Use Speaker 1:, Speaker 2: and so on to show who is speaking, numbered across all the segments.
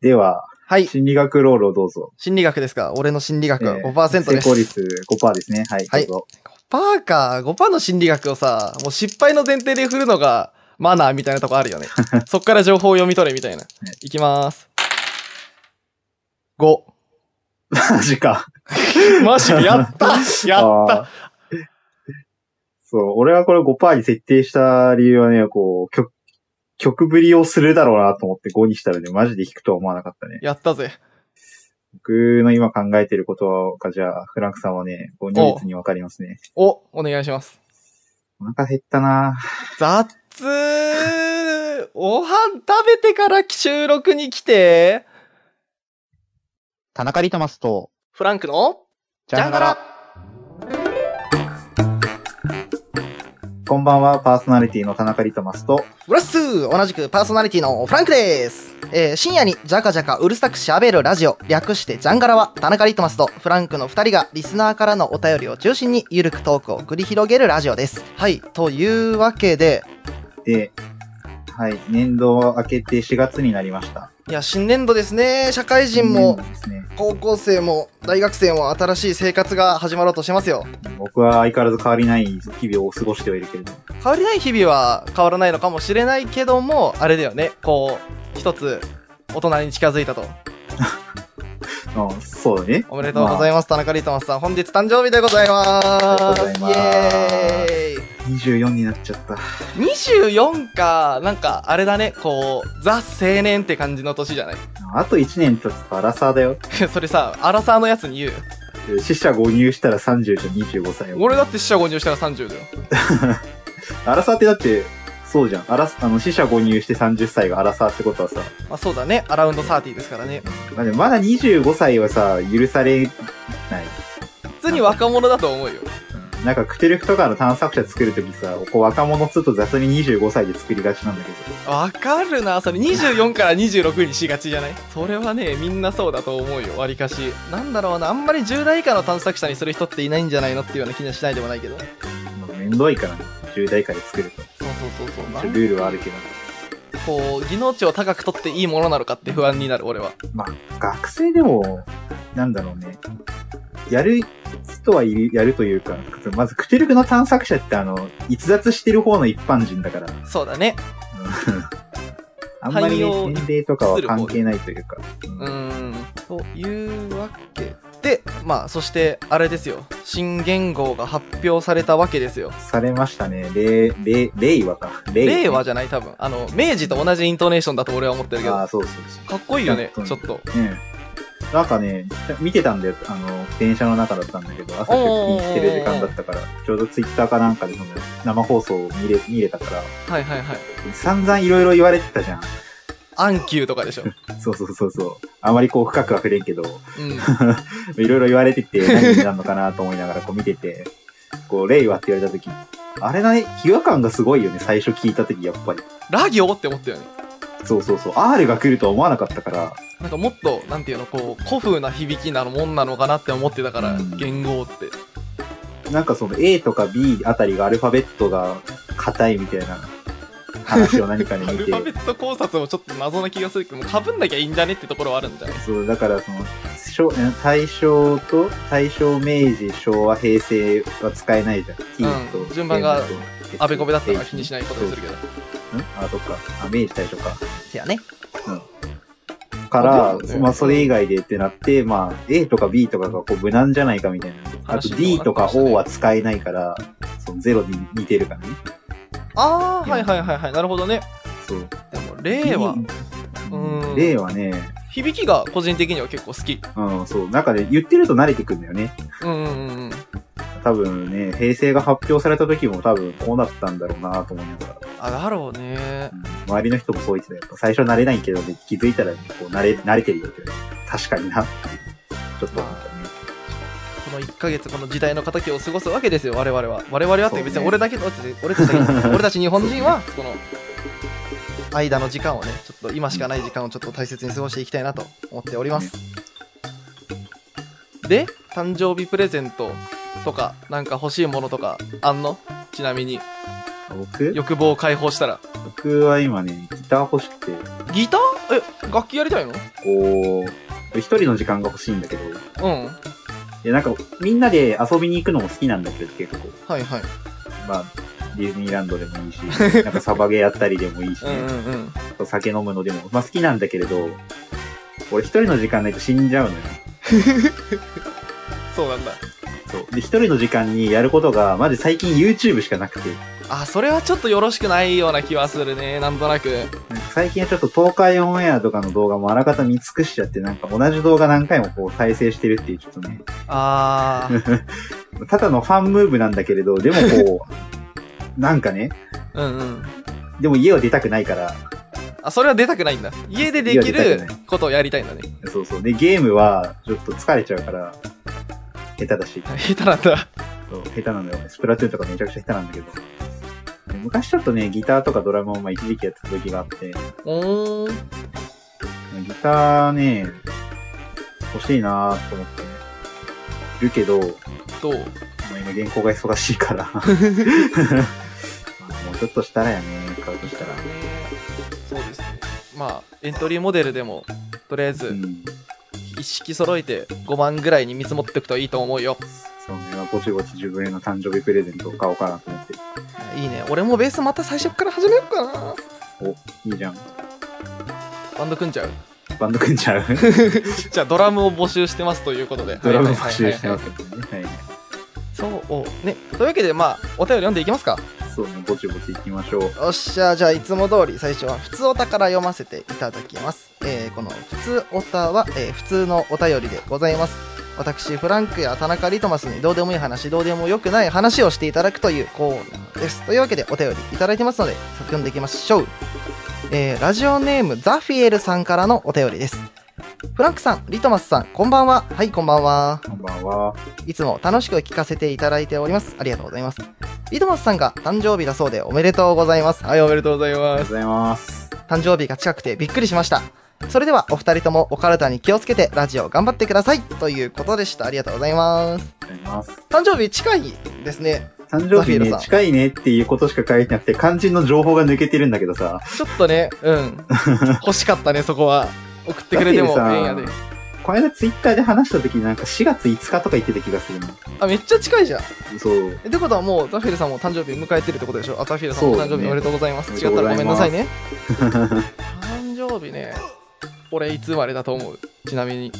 Speaker 1: では、
Speaker 2: はい。
Speaker 1: 心理学ロールをどうぞ。
Speaker 2: 心理学ですか俺の心理学は5%
Speaker 1: 成
Speaker 2: です。
Speaker 1: 功率5%ですね。はい、
Speaker 2: はい
Speaker 1: どうぞ。
Speaker 2: 5%か。5%の心理学をさ、もう失敗の前提で振るのがマナーみたいなとこあるよ ね。そっから情報を読み取れみたいな。いきまーす。5。
Speaker 1: マジか。
Speaker 2: マジやったやった
Speaker 1: あーそう、俺はこれ5%に設定した理由はね、こう、曲、曲振りをするだろうなと思って5にしたらね、マジで弾くとは思わなかったね。
Speaker 2: やったぜ。
Speaker 1: 僕の今考えてることが、じゃあ、フランクさんはね、こう如実にわかりますね。
Speaker 2: お、お願いします。
Speaker 1: お腹減ったな
Speaker 2: 雑おはん食べてから収録に来て、
Speaker 3: 田中リトマスと、
Speaker 2: フランクの
Speaker 3: じゃんがら。
Speaker 1: こんばんは、パーソナリティの田中リトマスと、
Speaker 2: ブラッスー同じくパーソナリティのフランクですえー深夜にジャカジャカうるさく喋るラジオ、略してジャンガラは、田中リトマスとフランクの二人がリスナーからのお便りを中心にゆるくトークを繰り広げるラジオです。はい、というわけで、
Speaker 1: で、はい、年度明けて4月になりました。
Speaker 2: いや、新年度ですね。社会人
Speaker 1: 年
Speaker 2: も
Speaker 1: 度、ですね。
Speaker 2: 高校生も、大学生も新しい生活が始まろうとしてますよ。
Speaker 1: 僕は相変わらず変わりない日々を過ごしてはいるけれども。
Speaker 2: 変わりない日々は変わらないのかもしれないけども、あれだよね、こう、一つ、大人に近づいたと。
Speaker 1: うん、そうだね。
Speaker 2: おめでとうござい
Speaker 1: ま
Speaker 2: ます、田中リートマスさん。本日誕生日でございま
Speaker 1: ありがとう
Speaker 2: す。
Speaker 1: ございます
Speaker 2: イエーイ
Speaker 1: す。24になっちゃった。
Speaker 2: !24 か、なんか、あれだね、こう、ザ青年って感じの年じゃない
Speaker 1: あと1年経つとアラサーだよ。
Speaker 2: それさ、アラサーのやつに言う。
Speaker 1: 死者誤入したら30と25歳
Speaker 2: 俺だって死者誤入したら30だよ。
Speaker 1: アラサーってだって、そうじゃん。アラスあの、死者誤入して30歳がアラサーってことはさ、
Speaker 2: まあそうだね、アラウンド30ですからね。
Speaker 1: まあ、でもまだ25歳はさ、許されない。
Speaker 2: 普通に若者だと思うよ。
Speaker 1: うんなんか、クテルフとかの探索者作るときさ、こう若者つと雑に25歳で作りがちなんだけど。
Speaker 2: わかるな、それ24から26にしがちじゃないそれはね、みんなそうだと思うよ、わりかし。なんだろうな、あんまり10代以下の探索者にする人っていないんじゃないのっていうような気にはしないでもないけど。そう
Speaker 1: まあ、めんどいからね。10代以下で作ると。
Speaker 2: そうそうそう。な
Speaker 1: ル
Speaker 2: ん
Speaker 1: ールはあるけど。
Speaker 2: こう、技能値を高く取っていいものなのかって不安になる、俺は。
Speaker 1: まあ、学生でも、なんだろうね。やる人はいる、やるというか、まず、クテルフの探索者ってあの、逸脱してる方の一般人だから。
Speaker 2: そうだね。
Speaker 1: あんまり、
Speaker 2: 汎用
Speaker 1: ね、年齢とかは関係ないというか。うん
Speaker 2: うーん。というわけで、まあ、そして、あれですよ。新元号が発表されたわけですよ。
Speaker 1: されましたね。令、令、令和か。令
Speaker 2: 令和じゃない、多分。あの、明治と同じイントネーションだと俺は思ってるけど。
Speaker 1: あ
Speaker 2: か
Speaker 1: あ、そうそうそう。
Speaker 2: っこいいよね、
Speaker 1: 本
Speaker 2: ち
Speaker 1: 当
Speaker 2: ょっ
Speaker 1: に
Speaker 2: と。
Speaker 1: うん。なんかね、見てたんだよ。あの、電車の中だったんだけど、朝出勤してる時間だったから、ちょうどツイッターかなんかでその生放送を見れ、見れたから、
Speaker 2: はいはいはい。
Speaker 1: 散々いろいろ言われてたじゃん。
Speaker 2: アンキューとかでしょ。
Speaker 1: そうそうそうそう。あまりこう深くは触れんけど、
Speaker 2: うん。
Speaker 1: いろいろ言われてて、何になるのかなと思いながらこう見てて、こう、令和って言われた時あれだね、違和感がすごいよね、最初聞いた時やっぱり。
Speaker 2: ラ行って思ったよね。
Speaker 1: そうそうそう。R が来るとは思わなかったから、
Speaker 2: なんかもっと、なんていうの、こう、古風な響きなのもんなのかなって思ってたから、
Speaker 1: うん
Speaker 2: 言語って。
Speaker 1: なんかその A とか B あたりがアルファベットが硬いみたいな話を何かで
Speaker 2: ア
Speaker 1: 見
Speaker 2: ル
Speaker 1: て
Speaker 2: フ、ァベット考察もちょっと謎な気がするけど、もう被んなきゃいいんじゃねってところはあるんじゃない
Speaker 1: そう、だからその、昭大正と、大正、明治、昭和、平成は使えないじゃん。T
Speaker 2: うん
Speaker 1: と、
Speaker 2: 順番が
Speaker 1: M と、
Speaker 2: あべこべだったから気にしないことにする
Speaker 1: け
Speaker 2: けど。
Speaker 1: ど。んあ、そっか。あ、明治大正か。
Speaker 2: せやね。
Speaker 1: から
Speaker 2: あでもね、
Speaker 1: まあそれ以外でってなって、まあ A とか B とかがこう無難じゃないかみたいな。あと
Speaker 2: 話
Speaker 1: D とか
Speaker 2: にも
Speaker 1: O
Speaker 2: な
Speaker 1: は使えないから、そのゼロに似てるからね。
Speaker 2: あー、はいはいはいはい。なるほどね。
Speaker 1: そう。
Speaker 2: でも、令和。うん
Speaker 1: 令和ね、
Speaker 2: 響きが個人的には結構好き。
Speaker 1: うん、そう。なんかね、言ってると慣れてくんだよね。
Speaker 2: うんうんうんうん。
Speaker 1: 多分ね、平成が発表された時も多分こうなったんだろうなと思いながら。
Speaker 2: あ、だろうね。
Speaker 1: うん周りの人もそう言ってたよ。やっぱ最初慣れないけど、ね、気づいたら、こう、慣れ、慣れてるよって。確かになっていう。ちょっと思ったね。
Speaker 2: この1ヶ月この時代の敵を過ごすわけですよ我々は我々はって別
Speaker 1: そう
Speaker 2: に
Speaker 1: ね
Speaker 2: 俺だけど、俺たち俺たち日本人はこの間の時間をねちょっと今しかない時間をちょっと大切に過ごしていきたいなと思っております、で誕生日プレゼントとかなんか欲しいものとかあんのちなみに
Speaker 1: 僕
Speaker 2: 欲望を解放したら
Speaker 1: 僕は今ね、ギター欲しくて、
Speaker 2: ギターえ、楽器やりたいの
Speaker 1: こう、一人の時間が欲しいんだけど、い
Speaker 2: うん。
Speaker 1: や、なんか、みんなで遊びに行くのも好きなんだけど、結構。
Speaker 2: はいはい。
Speaker 1: まあ、ディズニーランドでもい いし、なんかサバゲーやったりでもいいし、
Speaker 2: う
Speaker 1: ね
Speaker 2: んうんうん。
Speaker 1: あと酒飲むのでも、まあ好きなんだけれど、俺一人の時間ないと死んじゃうのよ。
Speaker 2: そうなんだ。
Speaker 1: そう。で、一人の時間にやることが、まじ最近 YouTube しかなくて、
Speaker 2: あ、それはちょっとよろしくないような気はするね。なんとなく。
Speaker 1: なんか最近はちょっと東海オンエアとかの動画もあらかた見尽くしちゃって、なんか同じ動画何回もこう再生してるっていうちょっとね、
Speaker 2: あー。
Speaker 1: ただのファンムーブなんだけれど、でもこう、なんかね、
Speaker 2: うんうん。
Speaker 1: でも家は出たくないから、
Speaker 2: あ、それは出たくないんだ。家ででき
Speaker 1: 家は出た
Speaker 2: る
Speaker 1: くな
Speaker 2: ことをやりたいんだね。
Speaker 1: そうそう。で、ゲームはちょっと疲れちゃうから、下手だし、
Speaker 2: 下手なんだ。
Speaker 1: そう下手なのよ。スプラトゥーンとかめちゃくちゃ下手なんだけど。昔ちょっとね、ギターとかドラムをまあ一時期やってた時があって、
Speaker 2: おー。
Speaker 1: ギターね、欲しいなーと思ってね、いるけど、
Speaker 2: どう
Speaker 1: もう今原稿が忙しいから。 まあもうちょっとしたらやね、買うとしたら。
Speaker 2: そうですね。まあ、エントリーモデルでも、とりあえ
Speaker 1: う
Speaker 2: ず、
Speaker 1: ん。
Speaker 2: 一式揃えて5万ぐらいに見積もっておくといいと思うよ。
Speaker 1: そうね、まあぼちぼち自分への誕生日プレゼントを買おうかなと思って。
Speaker 2: いいね。俺もベースまた最初から始めようかな。
Speaker 1: いいじゃん。
Speaker 2: バンド組んじゃう。
Speaker 1: バンド組んじゃう
Speaker 2: じゃあ、ドラムを募集してますということで。
Speaker 1: ドラム
Speaker 2: はい
Speaker 1: 募
Speaker 2: はい
Speaker 1: 集
Speaker 2: はいはい
Speaker 1: してますけどね。はい。
Speaker 2: そう、ね。というわけで、まあ、お便り読んでいきますか。
Speaker 1: そうね、ぼちぼち行きましょう。
Speaker 2: よっしゃ、じゃあいつも通り最初は普通おたから読ませていただきます。えーこの普通おたは、えー普通のお便りでございます。私、フランクや田中リトマスにどうでもいい話、どうでもよくない話をしていただくというコーナーです。というわけでお便りいただいてますので、早速読んでいきましょう。えーラジオネームザフィエルさんからのお便りです。フランクさん、リトマスさん、こんばんは。はい、こんばんは。
Speaker 1: こんばんは。
Speaker 2: いつも楽しく聞かせていただいております。ありがとうございます。リトマスさんが誕生日だそうでおめでとうございます。はい、おめでとうござい
Speaker 1: ありがと
Speaker 2: ま
Speaker 1: う。ございます。
Speaker 2: 誕生日が近くてびっくりしました。それではお二人ともお体に気をつけてラジオ頑張ってくださいということでした。ありがとうございます。
Speaker 1: ありがとうございます。
Speaker 2: 誕生日近いですね。
Speaker 1: 誕生日
Speaker 2: ザフィールさ
Speaker 1: ね、
Speaker 2: ん
Speaker 1: 近いねっていうことしか書いてなくて、肝心の情報が抜けてるんだけどさ、
Speaker 2: ちょっとね、 うん。欲しかったね、そこは。送ってくれても
Speaker 1: ラフィー
Speaker 2: ええん
Speaker 1: ルさん
Speaker 2: やで。
Speaker 1: この間ツイッターで話した時になんか4月5日とか言ってた気がするの。
Speaker 2: あ、めっちゃ近いじゃん。
Speaker 1: そう。
Speaker 2: えってことはもうザフィルさんも誕生日迎えてるってことでしょあザフィルさんも
Speaker 1: そう
Speaker 2: 誕
Speaker 1: ですね
Speaker 2: 生日おめでとうございます、
Speaker 1: おめで
Speaker 2: 違
Speaker 1: と
Speaker 2: っ
Speaker 1: う
Speaker 2: た
Speaker 1: ご
Speaker 2: ら
Speaker 1: ざ
Speaker 2: ご
Speaker 1: い
Speaker 2: めんな
Speaker 1: ます
Speaker 2: さいね 誕生日ね俺いつ生まれだと思うちなみに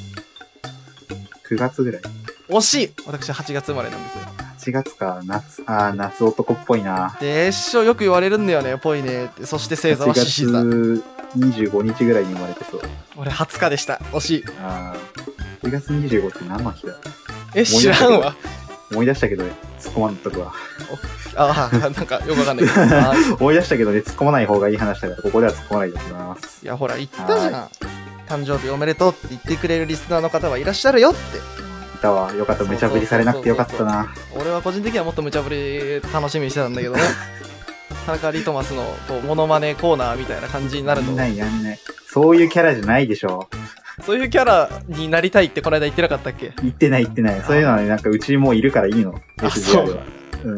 Speaker 1: 9月ぐらい。
Speaker 2: 惜しい私8月生まれなんですよ
Speaker 1: 8月か、夏、あー夏男っぽいな。
Speaker 2: でしょよく言われるんだよねぽいねってそして星座
Speaker 1: 8
Speaker 2: は獅子
Speaker 1: 月
Speaker 2: 座
Speaker 1: 25日ぐらいに生まれてそう。
Speaker 2: 俺20日でした惜しい
Speaker 1: あー8月25って何の日だ思い
Speaker 2: え
Speaker 1: 出
Speaker 2: 知
Speaker 1: した
Speaker 2: らんわ
Speaker 1: 思い出したけどね、突っ込まんとくわ。
Speaker 2: ああなんかよくわかんないけどあー
Speaker 1: 思い出したけどね、突っ込まない方がいい話だから、ここでは突っ込まないでおきます。
Speaker 2: いやほら言ったじゃん誕生日おめでとうって言ってくれるリスナーの方はいらっしゃるよって
Speaker 1: いたわ。よかった。無茶ぶりされなくてよかったな。
Speaker 2: 俺は個人的にはもっと無茶ぶり楽しみにしてたんだけ どね田中リトマスのこうモノマネコーナーみたいな感じになる
Speaker 1: や
Speaker 2: と
Speaker 1: んないやんない。そういうキャラじゃないでしょ。
Speaker 2: そういうキャラになりたいってこの間言ってなかったっけ
Speaker 1: 言ってない言ってない。そういうのはね、なんかうちもういるからいいの。
Speaker 2: あ
Speaker 1: FBI
Speaker 2: そう
Speaker 1: は。う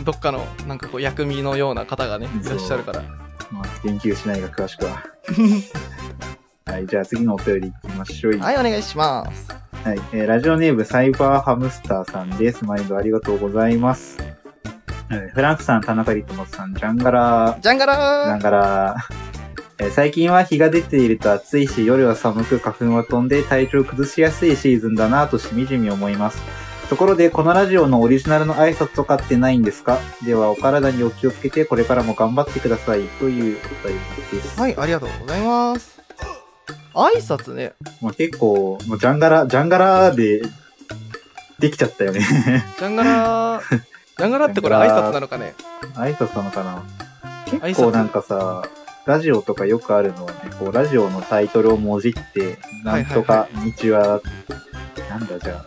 Speaker 1: ん。
Speaker 2: どっかのなんかこう薬味のような方がねいらっしゃるから
Speaker 1: まあ、言及しないが詳しく は。はい、じゃあ次のお便り行きましょう。
Speaker 2: はいお願いします
Speaker 1: はい、えーラジオネームサイバーハムスターさんです。毎度ありがとうございます。えーフランクさん、田中理智さん、ジャンガラ
Speaker 2: じゃんが
Speaker 1: ー、ジャ
Speaker 2: ら
Speaker 1: ン
Speaker 2: ー
Speaker 1: ガラー。えー最近は日が出ていると暑いし、夜は寒く花粉は飛んで体調を崩しやすいシーズンだなぁとしみじみ思います。ところで、このラジオのオリジナルの挨拶とかってないんですかでは、お体にお気をつけて、これからも頑張ってください。というお便りです。
Speaker 2: はいありがとうございます挨拶ね
Speaker 1: もう結構、もうジャンガラ、ジャンガラで、できちゃったよね。
Speaker 2: じゃんがら ーじゃんがらってこれ挨拶なのかね
Speaker 1: 挨拶なのかな
Speaker 2: 拶
Speaker 1: 結構なんかさ、ラジオとかよくあるのはね、こう、ラジオのタイトルをもじって、なんとか、日は、なんだじゃあ、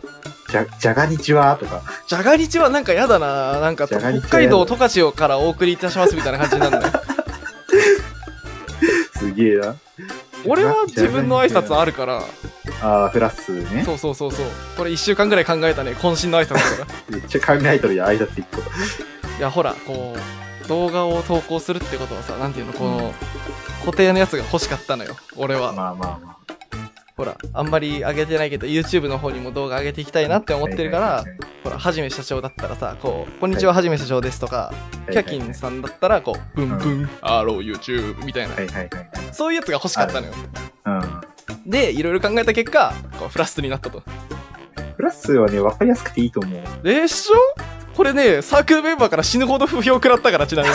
Speaker 1: じゃ、じゃが日はとか、
Speaker 2: じゃがりちはなんかやだななんか
Speaker 1: じゃが
Speaker 2: 北
Speaker 1: りちは
Speaker 2: 海道十勝からお送りいたしますみたいな感じになる ね
Speaker 1: すげえな。
Speaker 2: 俺は自分の挨拶あるから、
Speaker 1: あー、フラッスね。
Speaker 2: そうそうそうそう、これ1週間ぐらい考えたね、渾身の挨拶だから。
Speaker 1: めっちゃ考えとるやん、挨拶一個。
Speaker 2: いや、ほら、こう、動画を投稿するってことはさ、なんていうの、この、固定のやつが欲しかったのよ、俺は。
Speaker 1: まあまあまあ。
Speaker 2: ほら、あんまり上げてないけど、YouTube の方にも動画上げていきたいなって思ってるから、
Speaker 1: はいはい
Speaker 2: ほら、はじめ社長だったらさ、こう、こんにちは、はじめ社長ですとか、
Speaker 1: はい
Speaker 2: キ
Speaker 1: は
Speaker 2: ャ
Speaker 1: い
Speaker 2: キンさんだったら、こう、ブンブン、アロー YouTube みたいな、
Speaker 1: はいはいはいはい。
Speaker 2: そういうやつが欲しかったのよ。
Speaker 1: う
Speaker 2: で、いろいろ考えた結果、こうフラストになったと。
Speaker 1: ん。プラスはね、わかりやすくていいと思う。
Speaker 2: でしょこれね、サークルメンバーから死ぬほど不評食らったから、ちなみに。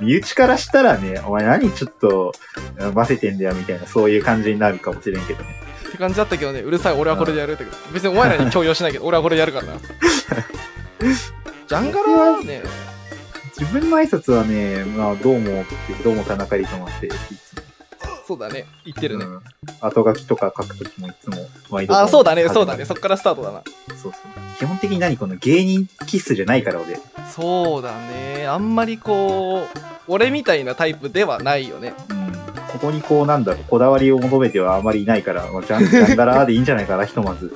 Speaker 1: 身内からしたらね、お前何ちょっと、バセてんだよみたいな、そういう感じになるかもしれんけどね。
Speaker 2: って感じだったけどね、うるさい、俺はこれでやるってけど、別にお前らに強要しないけど、俺はこれでやるからな。ジャンガラはね、
Speaker 1: 自分の挨拶はね、まあ、どうもって、どうも田中理と思って、いつも
Speaker 2: そうだね、言ってるね。
Speaker 1: うん後書きとか書くときもいつも、毎度
Speaker 2: あ、そうだね、そうだね、
Speaker 1: そ
Speaker 2: そっからスタートだな。
Speaker 1: そうそう。基本的に何この芸人キスじゃないから俺。う
Speaker 2: そうだね、あんまりこう、俺みたいなタイプではないよね。
Speaker 1: ん。ここにこう、なんだろう、こだわりを求めてはあまりいないから、まあ、ジャン、ジャンダラーでいいんじゃないかな、ひとまず。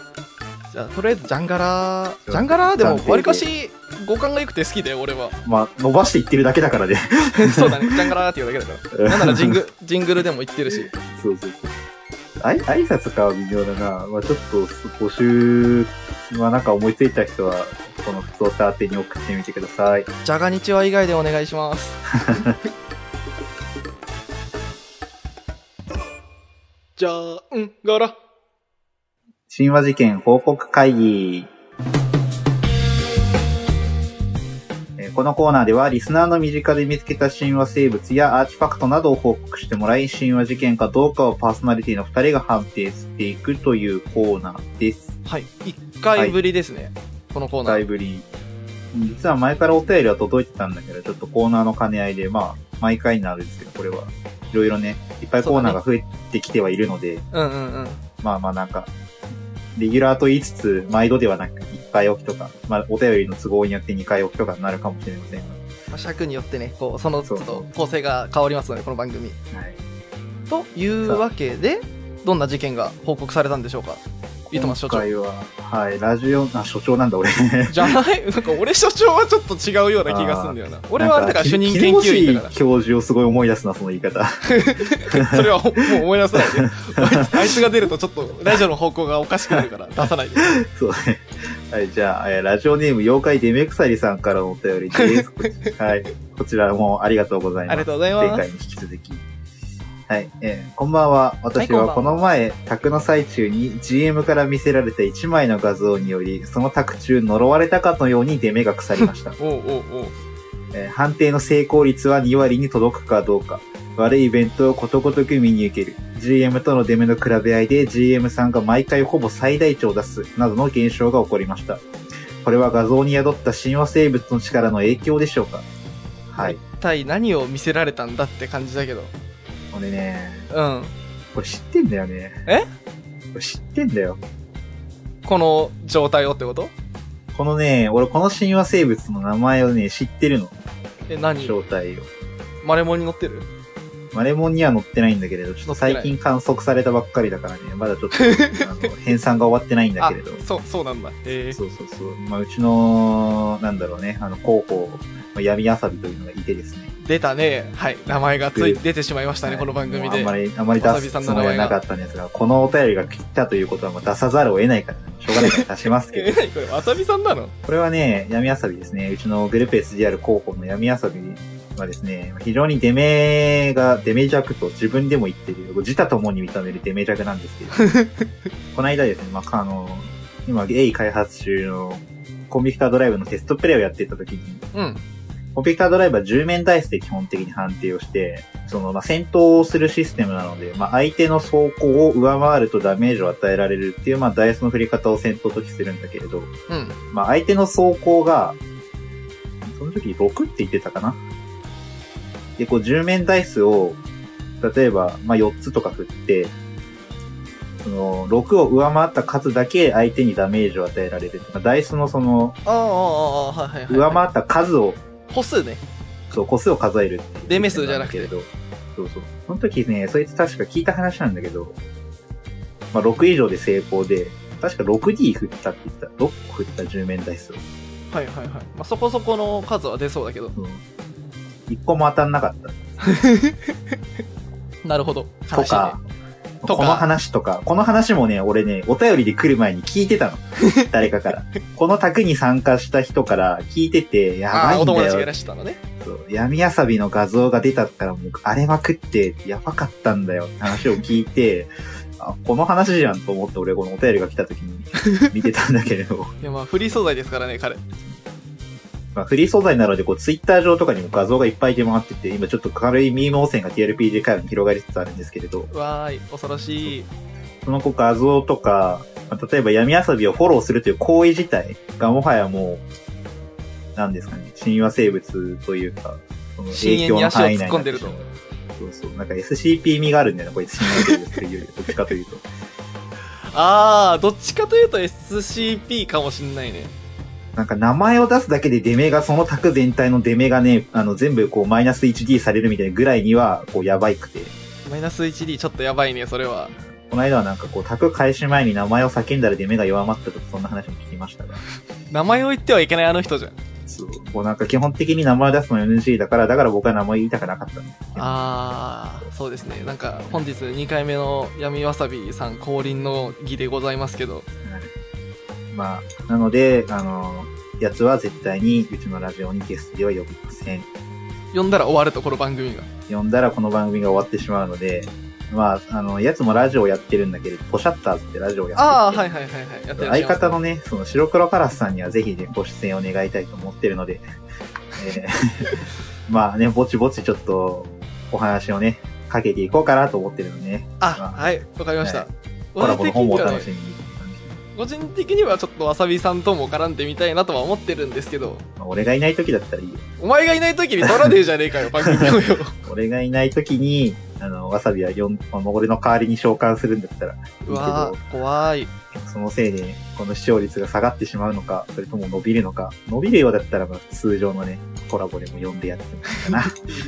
Speaker 2: じゃあ、とりあえずジャンガラ
Speaker 1: う
Speaker 2: ジ
Speaker 1: ん
Speaker 2: ャンガラで
Speaker 1: 暫
Speaker 2: も
Speaker 1: 定、で
Speaker 2: わりかし、五感が良くて好きだよ、俺は。
Speaker 1: まあ、伸ばしていってるだけだからね。
Speaker 2: そうだね、ジャンガラっていうだけだから。なんならジング、ジングルでも言ってるし。
Speaker 1: そうそうそう。あい挨拶かは微妙だな。まあちょっと、募集はなんか思いついた人は、この普通タ宛てに送ってみてください。
Speaker 2: ジャガニチワ以外でお願いします。 じゃあ、うん、ガラ。
Speaker 1: 神話事件報告会議。えーこのコーナーでは、リスナーの身近で見つけた神話生物やアーティファクトなどを報告してもらい、神話事件かどうかをパーソナリティの2人が判定していくというコーナーです。
Speaker 2: はい、1回ぶりですね、このコーナ
Speaker 1: タイ
Speaker 2: ー。
Speaker 1: ぶり。実は前からお便りは届いてたんだけど、ちょっとコーナーの兼ね合いで、まあ、毎回になるんですけど、これは。いろいろね、いっぱいコーナーが増えてきてはいるので、
Speaker 2: うんうんうん。
Speaker 1: まあまあなんか、レギュラーと言いつつ、毎度ではなく、1回置きとか、まあ、お便りの都合によって2回置きとかになるかもしれませんが。
Speaker 2: まあ尺によってね、こう、そのちょっ
Speaker 1: そう
Speaker 2: と構成が変わりますので、この番組。
Speaker 1: はい。
Speaker 2: というわけで、どんな事件が報告されたんでしょう か言ってます、所
Speaker 1: 今
Speaker 2: 長。
Speaker 1: 回は、はい、ラジオ、あ、所長なんだ、俺。
Speaker 2: じゃないなんか俺所長はちょっと違うような気がするんだよな。 俺はあれだから主任
Speaker 1: なん
Speaker 2: 研究員だ
Speaker 1: 絹
Speaker 2: か
Speaker 1: ごし教授をすごい思い出すな、その言い方。
Speaker 2: ら。それはもう思い出さないで。 あいつあいつが出るとちょっとラジオの方向がおかしくなるから出さないで。
Speaker 1: そうね。はい、じゃあ、えーラジオネーム、妖怪デメクサリさんからのお便り です。こちはい。こちらもありがとうござい
Speaker 2: あ
Speaker 1: ま
Speaker 2: りが
Speaker 1: す。
Speaker 2: とうござい
Speaker 1: 前
Speaker 2: ます。
Speaker 1: 回に引き続き。はい、えーこんばんは。私
Speaker 2: はい
Speaker 1: は
Speaker 2: こ
Speaker 1: こ
Speaker 2: んば
Speaker 1: の前、宅の最中に GM から見せられた1枚の画像により、その宅中呪われたかのようにデメが腐りま した。
Speaker 2: おうおうおう。
Speaker 1: えー判定の成功率は2割に届くかどうか。悪いイベントをことごとく見に受ける。GM とのデメの比べ合いで GM さんが毎回ほぼ最大値を出すなどの現象が起こりました。これは画像に宿った神話生物の力の影響でしょうかはい。
Speaker 2: 一体何を見せられたんだって感じだけど。
Speaker 1: これね、
Speaker 2: うん。
Speaker 1: これ知ってんだよね。
Speaker 2: え
Speaker 1: これ知ってんだよ。
Speaker 2: この状態をってこと
Speaker 1: このね、俺この神話生物の名前をね、知ってるの。
Speaker 2: え、何
Speaker 1: 正体を。
Speaker 2: マレモンに乗ってる
Speaker 1: マレモンには乗ってないんだけれど、ちょっと最近観測されたばっかりだからね、まだちょっ と、あの、編纂が終わってないんだ
Speaker 2: あ
Speaker 1: けれど。、
Speaker 2: そう、そうなんだ。えー
Speaker 1: そうそうそう。まあ、うちの、なんだろうね、あの、広報、まあ闇遊びというのがいてですね。
Speaker 2: 出たね。はい。名前がつい出てしまいました
Speaker 1: は
Speaker 2: ね、
Speaker 1: い
Speaker 2: この番組
Speaker 1: もうあ
Speaker 2: で
Speaker 1: んま。り、あんまり
Speaker 2: わ
Speaker 1: 出
Speaker 2: さび
Speaker 1: す
Speaker 2: さん
Speaker 1: つ
Speaker 2: の
Speaker 1: も
Speaker 2: 名
Speaker 1: りは
Speaker 2: 前が
Speaker 1: なかったんですが、このお便りが来たということは、もう出さざるを得ないから、しょうがないから出しますけ
Speaker 2: え
Speaker 1: ど。
Speaker 2: 何これわさびさんなの
Speaker 1: これはね、闇遊びですね。うちのグループ SDR 広報の闇遊びはですね、非常にデメが、デメ弱と自分でも言ってる、自他ともに認めるデメ弱なんですけど、この間ですね、まあ、あの、今、A 開発中のコンピュータードライブのテストプレイをやっていた時に、
Speaker 2: うん。
Speaker 1: コンピュータードライブは10面ダイスで基本的に判定をして、その、まあ、戦闘をするシステムなので、まあ、相手の走行を上回るとダメージを与えられるっていう、まあ、ダイスの振り方を戦闘ときするんだけれど、
Speaker 2: うん。
Speaker 1: まあ、相手の走行が、その時6って言ってたかなで、こう、10面ダイスを、例えば、まあ、4つとか振って、その、6を上回った数だけ相手にダメージを与えられる。まあ、ダイスのその、
Speaker 2: ああ、ああ、はいはい、はい。
Speaker 1: 上回った数を
Speaker 2: 歩数ね。
Speaker 1: そう、個数を数えるっていう
Speaker 2: デメ数じゃなくて
Speaker 1: そうそう。その時ね、そいつ確か聞いた話なんだけど、まあ、6以上で成功で、確か 6D 振ったって言った。6個振った10面ダイスを。
Speaker 2: はいはいはい。まあ、そこそこの数は出そうだけど。
Speaker 1: うん。1個も当たんなかった。
Speaker 2: なるほど。
Speaker 1: と
Speaker 2: 悲しいね
Speaker 1: か、
Speaker 2: とか
Speaker 1: この話とか、この話もね、俺ね、お便りで来る前に聞いてた の。誰かから。この卓に参加した人から聞いてて、やば
Speaker 2: ああー、
Speaker 1: い
Speaker 2: お
Speaker 1: ん
Speaker 2: 友達
Speaker 1: だ
Speaker 2: がい
Speaker 1: よ
Speaker 2: ら。したのね。
Speaker 1: そう闇遊びの画像が出たから、もう、あれまくって、やばかったんだよって話を聞いて、 あこの話じゃんと思って俺このお便りが来た時 に見てたんだけれど、
Speaker 2: いや、まあ、フリー素材ですからね、彼。
Speaker 1: まあ、フリー素材なのでこうツイッター上とかにも画像がいっぱい出回ってて、今ちょっと軽いミーム汚染が TRPG 界に広がりつつあるんですけれど、
Speaker 2: わーい、恐ろしい。
Speaker 1: その子画像とか、まあ例えば闇遊びをフォローするという行為自体がもはやもう、なんですかね、親和生物というか、その
Speaker 2: 深淵に足を突っ込んでる
Speaker 1: 影響の
Speaker 2: と
Speaker 1: 範囲内になってしまう。そうそう、なんか SCP 味があるんだよな、こいつ親和生物っていうより、どっちかと いうと。
Speaker 2: あー、どっちかというと SCP かもしんないね。
Speaker 1: なんか名前を出すだけでデメが、その卓全体のデメがね、あの全部こうマイナス 1D されるみたいなぐらいには、こうやばいくて。
Speaker 2: マイナス 1D ちょっとやばいね、それは。
Speaker 1: この間はなんかこう、卓開始前に名前を叫んだらデメが弱まったとか、そんな話も聞きましたが。
Speaker 2: 名前を言ってはいけないあの人じゃん。
Speaker 1: そう。こうなんか基本的に名前を出すの NG だから、だから僕は名前言いたくなかったんですけど。
Speaker 2: あー、そうですね。なんか、本日2回目の闇わさびさん降臨の儀でございますけど。
Speaker 1: まあ、なので、あの、やつは絶対にうちのラジオにゲストでは呼びません。
Speaker 2: 呼んだら終わると、この番組が。
Speaker 1: 呼んだらこの番組が終わってしまうので、まあ、あの、やつもラジオやってるんだけど、ポシャッターズってラジオやってて
Speaker 2: あー、はいはいはいはい。やってらっしゃい
Speaker 1: 相
Speaker 2: ます
Speaker 1: 方のね、その白黒カラスさんにはぜひね、ご出演を願いたいと思ってるので、 えーまあね、ぼちぼちちょっとお話をね、かけていこうかなと思ってるのでね、
Speaker 2: あ、はい、わかりました。
Speaker 1: はいコラボの方もお楽し
Speaker 2: み。
Speaker 1: みに。
Speaker 2: 個人的にはちょっとわさびさんとも絡んでみたいなとは思ってるんですけど、
Speaker 1: まあ俺がいない時だったらいいよ。
Speaker 2: お前がいない時に取らねえじゃねえかよ、番組をよ。
Speaker 1: 俺がいない時に、あの、わさびはよん、あの俺の代わりに召喚するんだったらいいけ
Speaker 2: うわ
Speaker 1: ど、
Speaker 2: ー、怖い。
Speaker 1: そのせいで、この視聴率が下がってしまうのか、それとも伸びるのか、伸びるようだったら、まあ、通常のね、コラボでも呼んでやってもいいかな。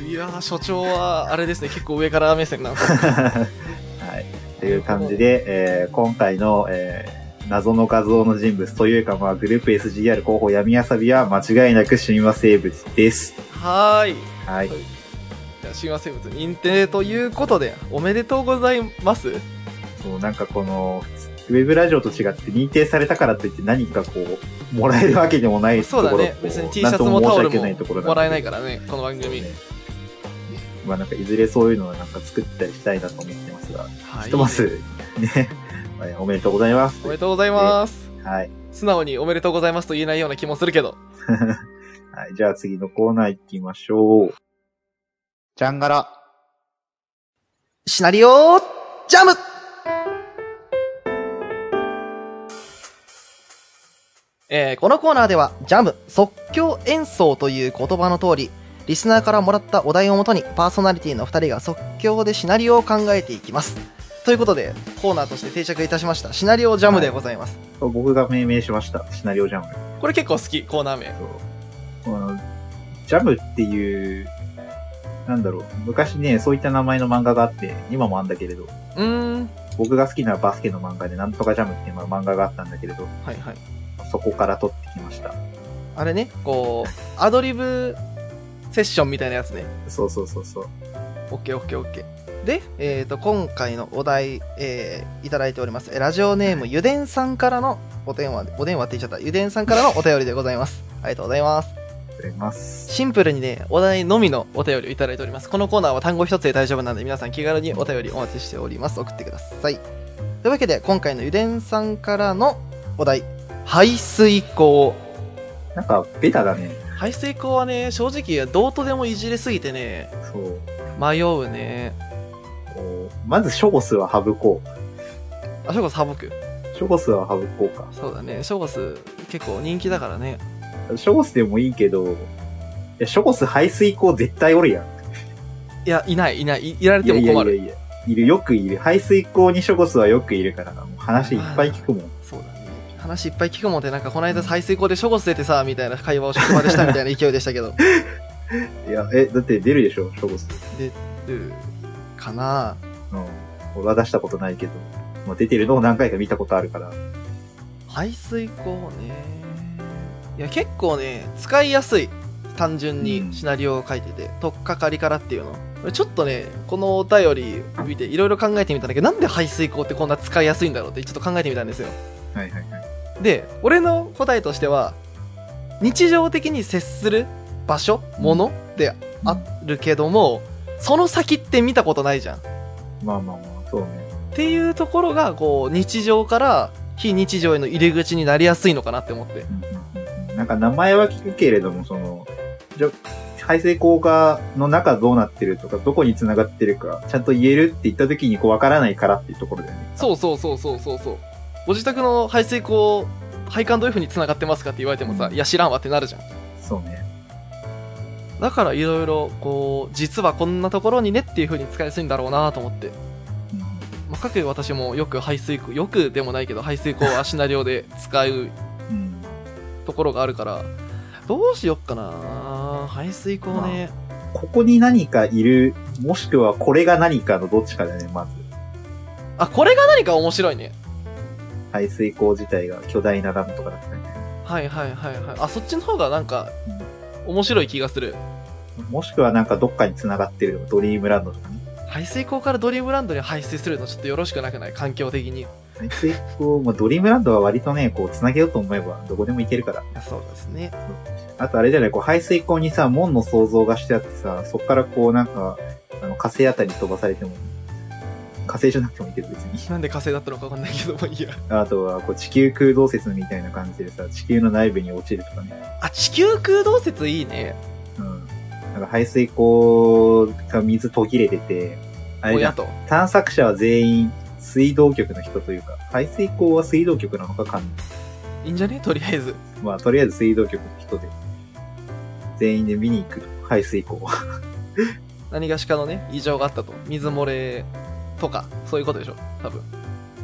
Speaker 2: いやー、所長は、あれですね、結構上から目線なの。
Speaker 1: はい。という感じで、えー今回の、えー謎の画像の人物というか、まあ、グループ SGR 候補闇遊びは間違いなく神話生物です。
Speaker 2: はーい。
Speaker 1: はい。
Speaker 2: じゃあ、神話生物認定ということで、おめでとうございます。
Speaker 1: そう、なんかこの、ウェブラジオと違って認定されたからといって何かこう、もらえるわけでもないとこ
Speaker 2: そう
Speaker 1: ろ
Speaker 2: だね
Speaker 1: こ。う
Speaker 2: 別に T シ
Speaker 1: な
Speaker 2: ャ
Speaker 1: ん
Speaker 2: ツ
Speaker 1: と
Speaker 2: もタオル
Speaker 1: 申し訳ないところ
Speaker 2: ももらえない
Speaker 1: か
Speaker 2: からね、この番組。
Speaker 1: まあなんかいずれそういうのをなんか作ったりしたいなと思ってますが、
Speaker 2: は
Speaker 1: ひとま
Speaker 2: いいね
Speaker 1: ず、ね、 まあおめでとうございます
Speaker 2: お。めでとうございます。
Speaker 1: はい。
Speaker 2: 素直におめでとうございますと言えないような気もするけど。
Speaker 1: はい、じゃあ次のコーナー行きましょう。
Speaker 3: ジャンガラ。
Speaker 4: シナリオジャム
Speaker 2: えー、
Speaker 4: このコーナーではジャム即興演奏という言葉の通りリスナーからもらったお題をもとにパーソナリティの2人が即興でシナリオを考えていきますということでコーナーとして定着いたしましたシナリオジャムでございます、
Speaker 1: 僕が命名しました。シナリオジャム。
Speaker 2: これ結構好き、コーナー名。
Speaker 1: そうあのジャムっていう、なんだろう、昔ね、そういった名前の漫画があって、今もあんだけれど、
Speaker 2: うーん。
Speaker 1: 僕が好きなバスケの漫画で、なんとかジャムっていう漫画があったんだけれど、
Speaker 2: はいはい。
Speaker 1: そこから取ってきました。
Speaker 2: あれね、こ う、アドリブセッションみたいなやつね。
Speaker 1: そうそうそうそう。
Speaker 2: オッケーオッケーオッケー。
Speaker 4: で、えー、と今回のお題、えーいただいておりますえーラジオネームゆでんさんからのお電話お電話って言っちゃったゆでんさんからのお便りでございますありがとうございます
Speaker 1: ありがとうございます。
Speaker 2: シンプルにね、お題のみのお便りをいただいております。このコーナーは単語一つで大丈夫なので、皆さん気軽にお便りお待ちしております。送ってください。
Speaker 4: というわけで今回のゆでんさんからのお題排水口
Speaker 1: なんか、ベタだね。
Speaker 2: 排水口はね、正直、どうとでもいじれすぎてね、
Speaker 1: そう。
Speaker 2: 迷うね。
Speaker 1: こうまず、ショゴスは省こう。
Speaker 2: あ、ショコス省く。
Speaker 1: ショゴスは省こうか。
Speaker 2: そうだね。ショコス結構人気だからね。
Speaker 1: ショゴスでもいいけど、いやショゴス排水口絶対おるやん。
Speaker 2: いや、いない、いない、いいられ
Speaker 1: い
Speaker 2: て
Speaker 1: や
Speaker 2: も
Speaker 1: い
Speaker 2: 困る。
Speaker 1: やいやいや、いる、よくいる。排水口にショゴスはよくいるから、もう話いっぱい聞くもん。
Speaker 2: そうだね。話いっぱい聞くもんで、なんかこの間排水口でショゴス出てさ、みたいな会話を職場でしたみたい な勢いでしたけど。
Speaker 1: いや、え、だって出るでしょ、ショゴス。
Speaker 2: うんかな
Speaker 1: うん。俺は出したことないけど、まあ、出てるのを何回か見たことあるから。
Speaker 2: 排水口ね。いや、結構ね、使いやすい。単純
Speaker 1: う
Speaker 2: に
Speaker 1: ん
Speaker 2: シナリオを書いてて、とっかかりからっていうの。俺ちょっとねこのお便り見ていろいろ考えてみたんだけどなんで排水口ってこんな使いやすいんだろうってちょっと考えてみたんですよ
Speaker 1: はいはいはい。
Speaker 2: で俺の答えとしては日常的に接する場所ものであるけどもその先って見たことないじゃんっ
Speaker 1: まあまあまあ、そうね。
Speaker 2: ていうところがこう日常から非日常への入り口になりやすいのかなって思って
Speaker 1: うんうんうんなんか名前は聞くけれども、その、じゃ排水口がの中どうなってるとか、どこに繋がってるか、ちゃんと言えるって言った時にこう分からないからっていうところだよね。
Speaker 2: そうそうそうそうそうそうご自宅の排水口配管どういう風に繋がってますかって言われてもさ、
Speaker 1: うん
Speaker 2: いや知らんわってなるじゃん
Speaker 1: そうね。
Speaker 2: だからいろいろこう実はこんなところにねっていう風に使いやすいんだろうなと思って、
Speaker 1: うん
Speaker 2: まあ、かく私もよく排水口よくでもないけど排水口を足な量で使う
Speaker 1: うん。
Speaker 2: ところがあるからどうしよっかな排水口ね、
Speaker 1: ここに何かいる、もしくはこれが何かのどっちかだよね、まず。
Speaker 2: あ、これが何か面白いね
Speaker 1: 排水口自体が巨大なダムとかだったりね。
Speaker 2: はいはいはいはいあそっちの方がなんか面白い気がする
Speaker 1: もしくはなんかどっかに繋がってるとか、ドリームランドとかね。
Speaker 2: 排水口からドリームランドに排水するのちょっとよろしくなくない環境的に
Speaker 1: 排水口、まあ、ドリームランドは割とね、こう繋げようと思えばどこでも行けるから。
Speaker 2: あそうですね
Speaker 1: あとあれじゃない、こう排水口にさ、門の想像がしてあってさ、そっからこうなんか、あの、火星あたりに飛ばされても、火星じゃなくてもいいけど別 に。
Speaker 2: なんで火星だったのかわかんないけども いいや
Speaker 1: あとは、こう地球空洞説みたいな感じでさ、地球の内部に落ちるとかね。
Speaker 2: あ地球空洞説いいね
Speaker 1: うん。なんか排水口が水途切れてて、あれじゃ
Speaker 2: 親
Speaker 1: ん、
Speaker 2: と
Speaker 1: 探索者は全員水道局の人というか、排水口は水道局なのかかん
Speaker 2: いいんじゃねとりあえず
Speaker 1: まあ、とりあえず水道局の人で、全員で見に行く。排水口は。
Speaker 2: 何がしかのね異常があったと水漏れとかそういうことでしょ多分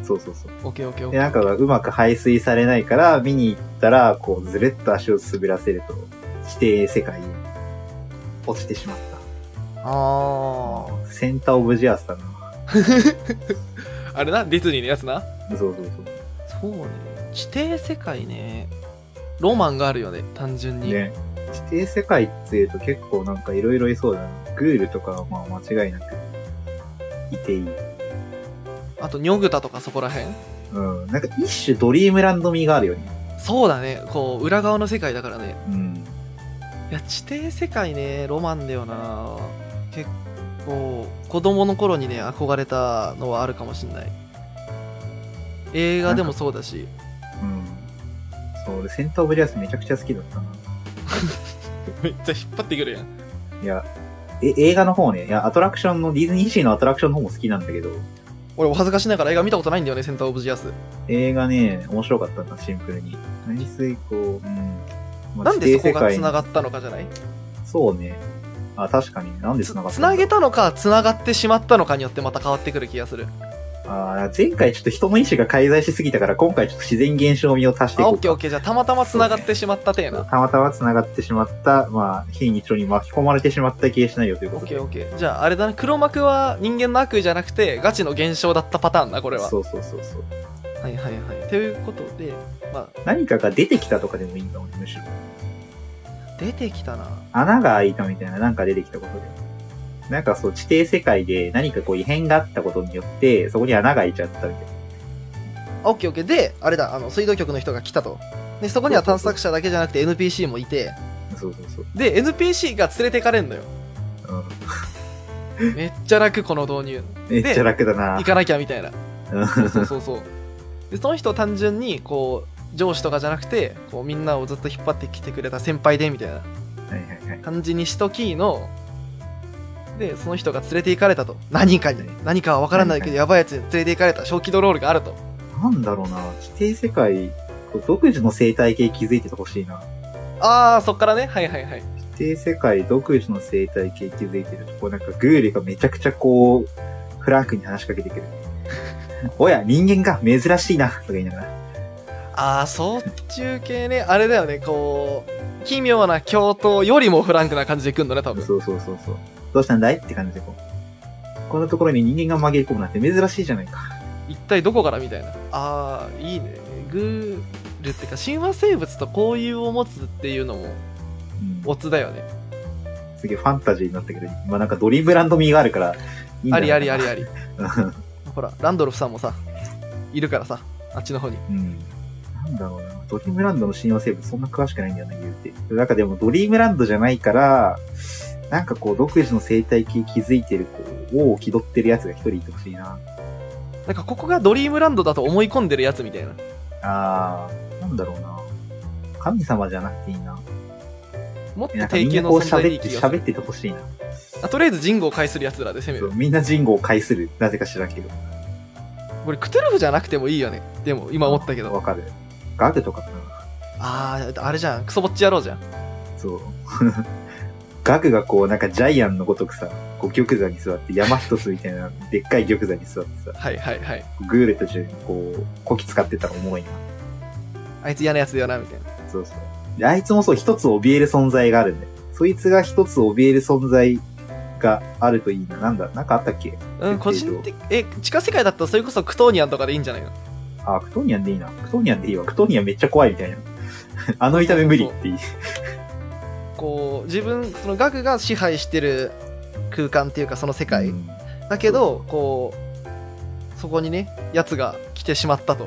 Speaker 1: そうそうそう。
Speaker 2: オッケーオッケーオッ
Speaker 1: で、
Speaker 2: ケー
Speaker 1: なんかうまく排水されないから、見に行ったら、こう、ずれっと足を滑らせると、指定世界へ落ちてしまった。
Speaker 4: ああ。
Speaker 1: センターオブジアスだな。
Speaker 2: あれなディズニーのやつな
Speaker 1: そうそう
Speaker 2: そうね地底世界ねロマンがあるよね単純
Speaker 1: そう。
Speaker 2: に、
Speaker 1: ね。指定世界っていうと結構なんかいろいろいそうだな。グールとかはまあ間違いなく、いていい。
Speaker 2: あとニョグタとかそこら辺
Speaker 1: うん。なんか一種ドリームランド味があるよね。
Speaker 2: そうだねこう裏側の世界だからね
Speaker 1: うん。
Speaker 2: いや地底世界ねロマンだよな結構子供の頃にね憧れたのはあるかもしんない映画でもそうだし
Speaker 1: うん。そう、俺センターオブジアスめちゃくちゃ好きだったな。
Speaker 2: めっちゃ引っ張ってくるやん
Speaker 1: いや、え、映画の方ね。いや、アトラクションの、ディズニーシーのアトラクションの方も好きなんだけど、
Speaker 2: 俺お恥ずかしながら映画見たことないんだよねセンターオブジアス
Speaker 1: 映画ね、面白かったんだ、シンプルに。排水口、うん。まあ
Speaker 2: なんでそ
Speaker 1: 地
Speaker 2: こが
Speaker 1: 底世界に
Speaker 2: 繋がったのかじゃない
Speaker 1: そうね。あ、確かに。なんで
Speaker 2: つ
Speaker 1: 繋がった
Speaker 2: 繋げたのか繋がってしまったのかによってまた変わってくる気がする
Speaker 1: あー前回ちょっと人の意志が介在しすぎたから、今回ちょっと自然現象味を足してい
Speaker 2: あ
Speaker 1: こ
Speaker 2: オ
Speaker 1: う
Speaker 2: ッケーオッ
Speaker 1: か。
Speaker 2: ケーじゃあたまたま繋がってしまったてえな
Speaker 1: たまたま繋がってしまった、まあ、非日常に巻き込まれてしまった系しないよというこ
Speaker 2: オッ
Speaker 1: と
Speaker 2: ケ
Speaker 1: で。
Speaker 2: ーオッケーじゃああれだね黒幕は人間の悪意じゃなくてガチの現象だったパターンだこれは
Speaker 1: そうそうそうそう。
Speaker 2: はいはいはいということでまあ
Speaker 1: 何かが出てきたとかでもいいんだもんね、むしろ。
Speaker 2: 出てきたな
Speaker 1: 穴が開いたみたいな、なんか出てきたことで。なんかそう、地底世界で何かこう異変があったことによって、そこに穴が開いちゃったみたいな。
Speaker 4: オッケーオッケー。で、あれだ、あの、水道局の人が来たと。
Speaker 2: でそこには探索者だけじゃなくて NPC もいて
Speaker 1: そうそうそう。
Speaker 2: で NPC が連れてかれんのよ
Speaker 1: うん
Speaker 2: めっちゃ楽この導入
Speaker 1: めっちゃ楽だな
Speaker 2: 行。かなきゃみたいな
Speaker 1: うん
Speaker 2: そうそうそうそうでその人を単純にこう上司とかじゃなくてこうみんなをずっと引っ張ってきてくれた先輩でみたいな
Speaker 1: はいはいはい。
Speaker 2: 感じにしときのでその人が連れて行かれたと何かに何かは分からないけどやばいやつに連れて行かれた正気ドロールがあると
Speaker 1: なんだろうな、地底世界、こう独自の生態系気づいててほしいな。
Speaker 2: ああそっからねはいはいはい
Speaker 1: 地底世界独自の生態系気づいてると、こうなんかグールがめちゃくちゃこう、フランクに話しかけて くる。おや、人間が珍しいな、とか言いながら。
Speaker 2: ああそっちゅう系ねあれだよねこう奇妙な共闘よりもフランクな感じで来るのね多分
Speaker 1: そうそうそうそう。どうしたんだいって感じでこう。こんなところに人間が紛れ込むなんて珍しいじゃないか。
Speaker 2: 一体どこからみたいなああいいねグールってか神話生物と交友を持つっていうのも
Speaker 1: うん
Speaker 2: オツだよね
Speaker 1: 次ファンタジーになったけど、まあなんかドリームランド味があるから、いいん
Speaker 2: あ
Speaker 1: だろう
Speaker 2: り
Speaker 1: な
Speaker 2: ありありあり。
Speaker 1: うん
Speaker 2: ほら、ランドルフさんもさ、いるからさ、あっちの方に。
Speaker 1: うん。なんだろうな。ドリームランドの信用成分そんな詳しくないんだよね、言うて。なんかでもドリームランドじゃないから、なんかこう、独自の生態系気づいてる、こう、王を気取ってるやつが一人いてほしいな。
Speaker 2: なんかここがドリームランドだと思い込んでるやつみたいな。
Speaker 1: あー、なんだろうな。神様じゃなくていいな。
Speaker 2: もっと
Speaker 1: なんか
Speaker 2: 低
Speaker 1: みん
Speaker 2: 級
Speaker 1: な
Speaker 2: の
Speaker 1: こう
Speaker 2: 存在で
Speaker 1: 喋っ
Speaker 2: いい
Speaker 1: て、
Speaker 2: 気がす
Speaker 1: 喋
Speaker 2: る
Speaker 1: っててほしいな。
Speaker 2: あとりあえず人語を介するやつらで攻め
Speaker 1: そう
Speaker 2: る。
Speaker 1: みんな人語を介する。なぜか知らんけど。
Speaker 2: これクトゥルフじゃなくてもいいよね。でも今思ったけど。
Speaker 1: わかる。ガグとかかな。
Speaker 2: あー、あれじゃん。クソぼっち野郎じゃん。
Speaker 1: そう。 ガクがこう、なんかジャイアンのごとくさ、こう玉座に座って、山一つみたいな、でっかい玉座に座ってさ、
Speaker 2: はいはいはい。
Speaker 1: グーレと順にこう、こき使ってたら重いな。
Speaker 2: あいつ嫌なやつだよな、みたいな。
Speaker 1: そうそう。で、あいつもそう、一つ怯える存在があるんだよ。そいつが一つ怯える存在があるといいな。なんだ、なんかあったっけ
Speaker 2: うん、個人的、え、地下世界だったらそれこそクトーニアンとかでいいんじゃないの
Speaker 1: あ、クトニアンでいいな。クトニアンでいいわ。クトニアンめっちゃ怖いみたいな。 あの見た目無理っていい。
Speaker 2: こう、自分、そのガクが支配してる空間っていうかその世界。
Speaker 1: うん
Speaker 2: だけど、こう、そこにね、やつが来てしまったと。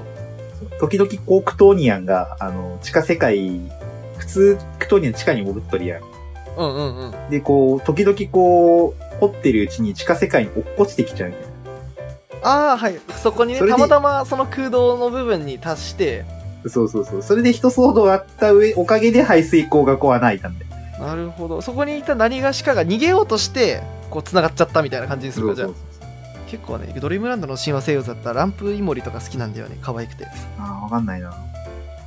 Speaker 1: 時々こう、クトニアンが、あの、地下世界、普通、クトニアン地下に潜っとるやん。
Speaker 2: うんうんうん。
Speaker 1: で、こう、時々こう、掘ってるうちに地下世界に落っこちてきちゃうみたいな。
Speaker 2: ああ、はい。そこにね、
Speaker 1: それで
Speaker 2: たまたまその空洞の部分に達して、
Speaker 1: そうそうそう。それで一騒動あった上、おかげで排水口がこう穴開いたんで。
Speaker 2: なるほど。そこにいた何がしかが逃げようとして、こう、繋がっちゃったみたいな感じにするか、じゃあ
Speaker 1: そう。そうそう
Speaker 2: 結構ね、ドリームランドの神話声優だったら、ランプイモリとか好きなんだよね。可愛くて。
Speaker 1: ああ、わかんないな。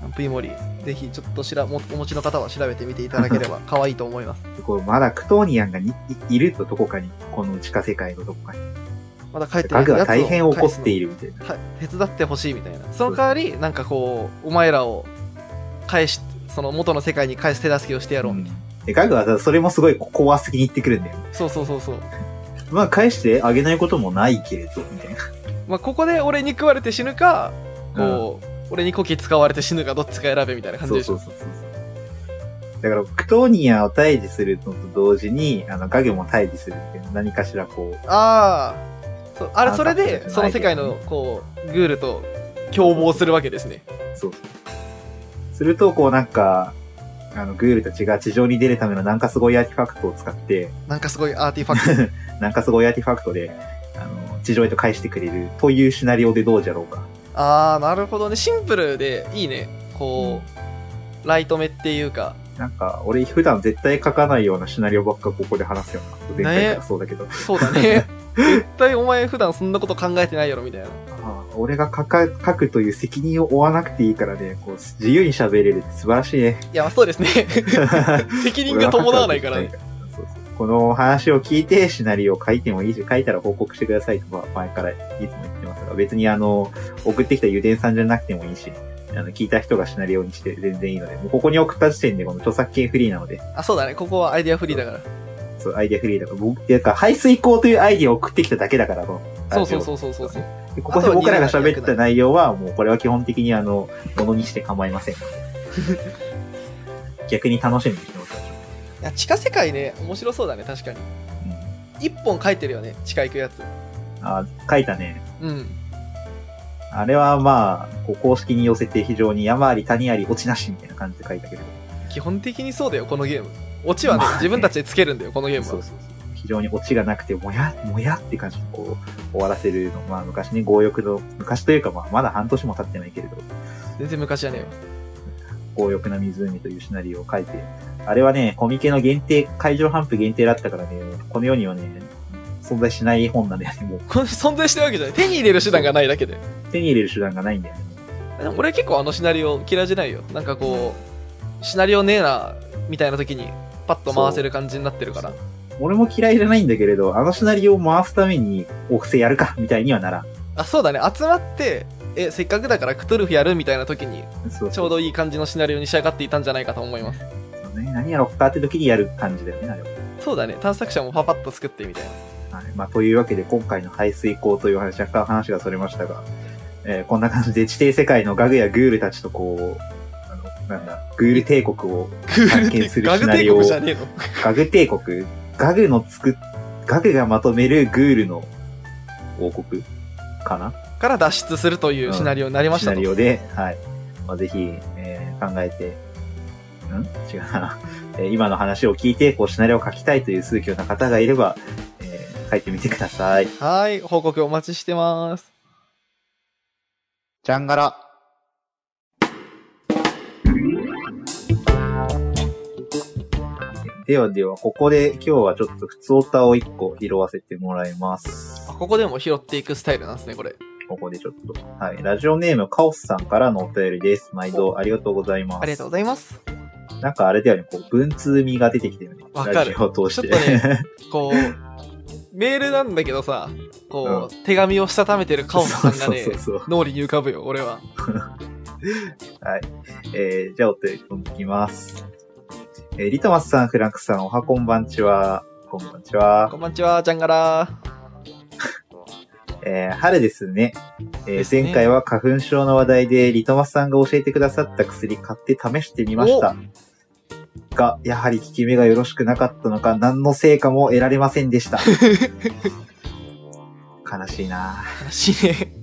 Speaker 2: ランプイモリ、ぜひ、ちょっとしらもお持ちの方は調べてみていただければ、 可愛いと思います。
Speaker 1: こう、まだクトーニアンがにいいるとどこかに、この地下世界のどこかに。
Speaker 2: まだ帰って
Speaker 1: ガ
Speaker 2: ない
Speaker 1: グ
Speaker 2: やつを
Speaker 1: が大変怒
Speaker 2: 返す
Speaker 1: っ
Speaker 2: の
Speaker 1: ているみたいな。
Speaker 2: は手伝ってほしいみたいなその代わりなんかこうお前らを返しその元の世界に返す手助けをしてやろう、
Speaker 1: うんでガグはさそれもすごい怖すぎに言ってくるんだよ。
Speaker 2: そうそうそうそう
Speaker 1: まあ返してあげないこともないけれど、みたいな。
Speaker 2: まあここで俺に食われて死ぬかこう、俺にコキ使われて死ぬかどっちか選べみたいな感じ
Speaker 1: そう
Speaker 2: でし
Speaker 1: そ
Speaker 2: ょ
Speaker 1: うそうそうそう。だから、クトーニアンを退治するのと同時に、あの、ガゲも退治するっていう、何かしらこう、
Speaker 2: ああそうあれ
Speaker 1: あ
Speaker 2: それで
Speaker 1: あ
Speaker 2: その世界のこうグールと共謀するわけですね
Speaker 1: そうそう。すると、こうなんか、あの、グールたちが地上に出るためのなんかすごいアーティファクトを使って、
Speaker 2: なんかすごいアーティファ クト
Speaker 1: なんかすごいアーティファクトで、あの、地上へと返してくれるというシナリオでどうじゃろうか。
Speaker 2: ああなるほどねシンプルでいいねこう、ライト目っていうか
Speaker 1: なんか、俺普段絶対書かないようなシナリオばっかここで話すよな。前回からそうだけど。
Speaker 2: そう だね絶対お前普段そんなこと考えてないやろみたいな
Speaker 1: ああ俺が書か書くという責任を負わなくていいからね、こう、自由に喋れるって素晴らしいね。
Speaker 2: いや、まあそうですね。 責任が伴わないからね。
Speaker 1: そうそうこの話を聞いて、シナリオを書いてもいいし、書いたら報告してくださいとか、前からいつも言ってますが、別にあの、送ってきた油田さんじゃなくてもいいし、あの、聞いた人がシナリオにして全然いいので、もうここに送った時点でこの著作権フリーなので、
Speaker 2: あ、そうだね。ここはアイデアフリーだから。
Speaker 1: そう、アイデアフリーだから、僕、ていうか、排水口というアイデアを送ってきただけだから、この
Speaker 2: そ
Speaker 1: ラ
Speaker 2: う
Speaker 1: ジ
Speaker 2: そ
Speaker 1: オ
Speaker 2: うそうそうそうそう。
Speaker 1: でここで僕らが喋った内容は、もうこれは基本的にあの、ものにして構いません。逆に楽しみにしてます。
Speaker 2: いや、地下世界ね、面白そうだね、確かに。
Speaker 1: うん
Speaker 2: 一本書いてるよね、地下行くやつ。
Speaker 1: あ書いたね。
Speaker 2: うん。
Speaker 1: あれはまあ、こう公式に寄せて非常に山あり谷あり落ちなしみたいな感じで書いたけど。
Speaker 2: 基本的にそうだよ、このゲーム。オチはね
Speaker 1: まあ、ね
Speaker 2: 自分たちでつけるんだよ、このゲーム
Speaker 1: そ
Speaker 2: は
Speaker 1: うそう。そう。非常に落ちがなくて、もや、もやって感じでこう、終わらせるの。まあ昔ね、強欲の、昔というかまあまだ半年も経ってないけれど、
Speaker 2: 全然昔じゃねえよ。
Speaker 1: 強欲な湖というシナリオを書いて、あれはね、コミケの限定、会場販布限定だったからね、この世にはね、存在しない本なんだよね、もう。
Speaker 2: これ存在してるわけじゃない。手に入れる手段がないだけで。
Speaker 1: 手に入れる手段がないんだよね。
Speaker 2: でも俺結構あのシナリオ嫌いじゃないよ。なんかこう、シナリオねえな、みたいな時に、パッと回せる感じになってるから。
Speaker 1: 俺も嫌いじゃないんだけれど、あのシナリオを回すために、お布施やるか、みたいにはならん。
Speaker 2: あ、そうだね。集まって、え、せっかくだからクトゥルフやるみたいな時に、
Speaker 1: そう
Speaker 2: ちょう
Speaker 1: ど
Speaker 2: どいい感じのシナリオに仕上がっていたんじゃないかと思います。
Speaker 1: ね。何やろうかって時にやる感じだよね、あれは。
Speaker 2: そうだね、探索者もパパッと作ってみたいな。
Speaker 1: はい。まあ、というわけで、今回の排水口という話、若干話がそれましたが、えーこんな感じで地底世界のガグやグールたちとこう、あの、なんだ、グール帝国を、
Speaker 2: グー
Speaker 1: 探検す
Speaker 2: ル
Speaker 1: る
Speaker 2: ガ
Speaker 1: シ
Speaker 2: グ
Speaker 1: ナ
Speaker 2: 帝
Speaker 1: リオ
Speaker 2: 国じゃねえの。
Speaker 1: ガグ帝国ガグの作っ、ガグがまとめるグールの王国かな
Speaker 2: から脱出するというシナリオになりまし
Speaker 1: シ
Speaker 2: た
Speaker 1: ナ
Speaker 2: と、
Speaker 1: リオで、はい。まあ、ぜひ、えー考えて、ん違うな。えー今の話を聞いて、こう、シナリオを書きたいという数教の方がいれば、えー書いてみてください。
Speaker 2: はい報告お待ちしてます
Speaker 3: ジャンガラ。
Speaker 1: ではでは、ここで今日はちょっと普通オタを1個拾わせてもらいます。
Speaker 2: あここでも拾っていくスタイルなんですねこれ
Speaker 1: ここでちょっと。はい。ラジオネームカオスさんからのお便りです。毎度ありがとうございます。
Speaker 2: ありがとうございます
Speaker 1: す。なんかあれだよね、こう、文通味が出てきてるね。
Speaker 2: わかる
Speaker 1: ラジオを通して。
Speaker 2: ちょっとねこうメールなんだけどさこう、手紙をしたためてるカオスさんがね
Speaker 1: そうそうそうそう。
Speaker 2: 脳裏に浮かぶよ俺は
Speaker 1: はい。えー、じゃあお手本いきます。えーリトマスさん、フランクさん、おはこんばんちは。こんばんちは
Speaker 2: こ。んばんちはジャンガラ
Speaker 1: えー春ですね。えー
Speaker 2: ですね
Speaker 1: 前回は花粉症の話題で、リトマスさんが教えてくださった薬買って試してみました。が、やはり効き目がよろしくなかったのか、何の成果も得られませんで した。悲しいなぁ
Speaker 2: 悲しいね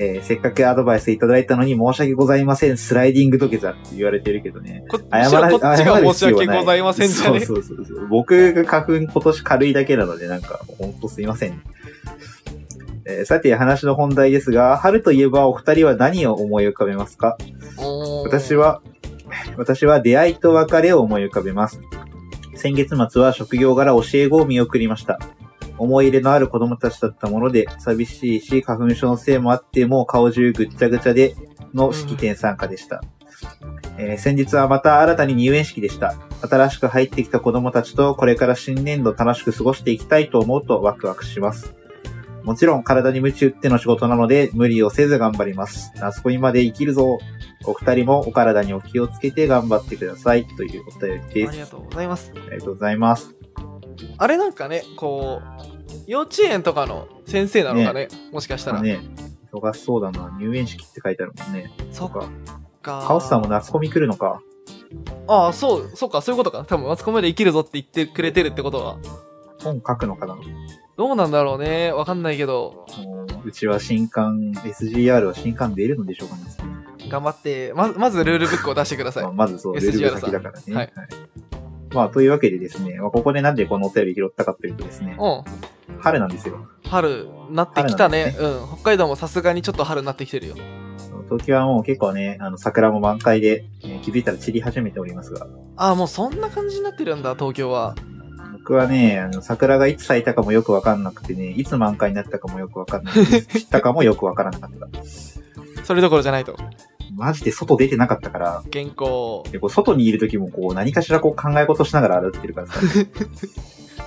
Speaker 1: えーせっかくアドバイスいただいたのに申し訳ございません。スライディング土下座って言われてるけどね。
Speaker 2: こむしろこっちが申し訳ございませんじゃね
Speaker 1: そうそうそうそう。僕が花粉今年軽いだけなので、なんか、ほんとすいません。えーさて、話の本題ですが、春といえばお二人は何を思い浮かべますか
Speaker 2: おー
Speaker 1: 私は、私は出会いと別れを思い浮かべます。先月末は職業柄教え子を見送りました。思い入れのある子供たちだったもので、寂しいし、花粉症のせいもあって、もう顔中ぐっちゃぐちゃでの式典参加でした。えー先日はまた新たに入園式でした。新しく入ってきた子供たちとこれから新年度楽しく過ごしていきたいと思うとワクワクします。もちろん体に鞭打っての仕事なので無理をせず頑張ります。夏コミまで生きるぞ。お二人もお体にお気をつけて頑張ってください。というお便りで
Speaker 2: あり
Speaker 1: す。
Speaker 2: がとうございます
Speaker 1: ありがとうございます。
Speaker 2: あれなんかねこう幼稚園とかの先生なのかねもしかしたら、
Speaker 1: ね、忙しそうだな。入園式って書いてあるもんね。
Speaker 2: そっ
Speaker 1: とか。
Speaker 2: か
Speaker 1: カオスさんも夏コミ来るのか。
Speaker 2: ああそうそうかそういうことか多分マツコまで生きるぞって言ってくれてるってことは
Speaker 1: 本書くのかな。
Speaker 2: どうなんだろうねわかんないけど
Speaker 1: もううちは新刊、SGR は新刊出るのでしょうかね。
Speaker 2: 頑張ってままずルールブックを出してください
Speaker 1: まあ、まずそう、ル
Speaker 2: SGR
Speaker 1: ールが先だからね。
Speaker 2: はい
Speaker 1: はいまあ、というわけでですね、まあ、ここでなんでこのお便り拾ったかというとですね、
Speaker 2: う
Speaker 1: 春なんですよ。
Speaker 2: ん春なってきたね
Speaker 1: 春なんで
Speaker 2: うん北海道もさすがにちょっと春になってきてるよ
Speaker 1: 東京はもう結構ね、あの、桜も満開で、えー気づいたら散り始めておりますが、
Speaker 2: ああもうそんな感じになってるんだ東京は
Speaker 1: 僕はね、あの、桜がいつ咲いたかもよくわかんなくてね、いつ満開になったかもよくわかんなく て、散ったかもよくわからなかった。
Speaker 2: それどころじゃないと
Speaker 1: マジで外出てなかったから、
Speaker 2: 原稿
Speaker 1: でこう外にいる時もこう何かしらこう考え事しながら歩いてるからさ、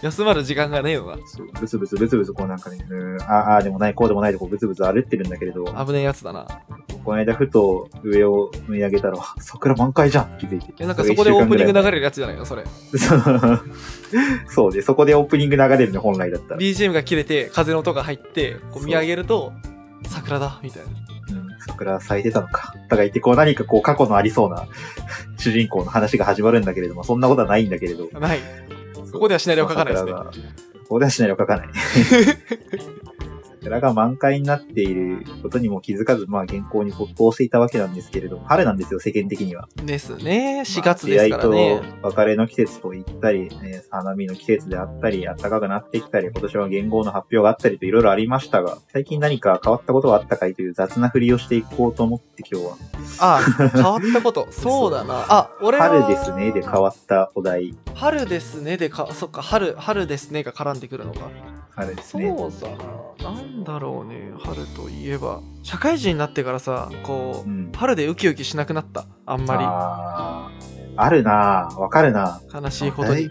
Speaker 2: 休まる時間がねえよ
Speaker 1: そうブツブツブツブツこうなんかね、うーんああーでもない、こうでもないでこうブツブツ歩ってるんだけれど、
Speaker 2: な危ねえやつだな
Speaker 1: この間ふと上を見上げたら、わ桜満開じゃんって気づいて。
Speaker 2: いやなんかそこでオープニング流れるやつじゃないのそれ
Speaker 1: そう そうで、そこでオープニング流れるね、本来だったら。
Speaker 2: BGM が切れて風の音が入ってこう見上げると桜だみたいな
Speaker 1: うん、桜咲いてたのか。とか言って、こう何かこう過去のありそうな 主人公の話が始まるんだけれども、そんなことはないんだけれど。
Speaker 2: ないここではシナリオ書かないですね
Speaker 1: 桜がここではシナリオ書かない。桜が満開になっていることにも気づかず、まあ原稿に没頭していたわけなんですけれども、春なんですよ、世間的には。
Speaker 2: ですね4
Speaker 1: まあ
Speaker 2: 月ですからね、
Speaker 1: 出会いと別れの季節と言ったり、えー花見の季節であったり、暖かくなってきたり、今年は言語の発表があったりといろいろありましたが、最近何か変わったことはあったかいという雑な振りをしていこうと思って今日は。
Speaker 2: あ変わったこと そうだなあ俺は
Speaker 1: 春ですねで変わったお題。
Speaker 2: 春ですねでかそっか春春ですねが絡んでくるのか
Speaker 1: 春です
Speaker 2: そう
Speaker 1: ね。
Speaker 2: だななんだろうね春といえば社会人になってからさこう、
Speaker 1: うん
Speaker 2: 春でウキウキしなくなったあんま
Speaker 1: あーあるなぁわかるなぁ
Speaker 2: り悲しいほどに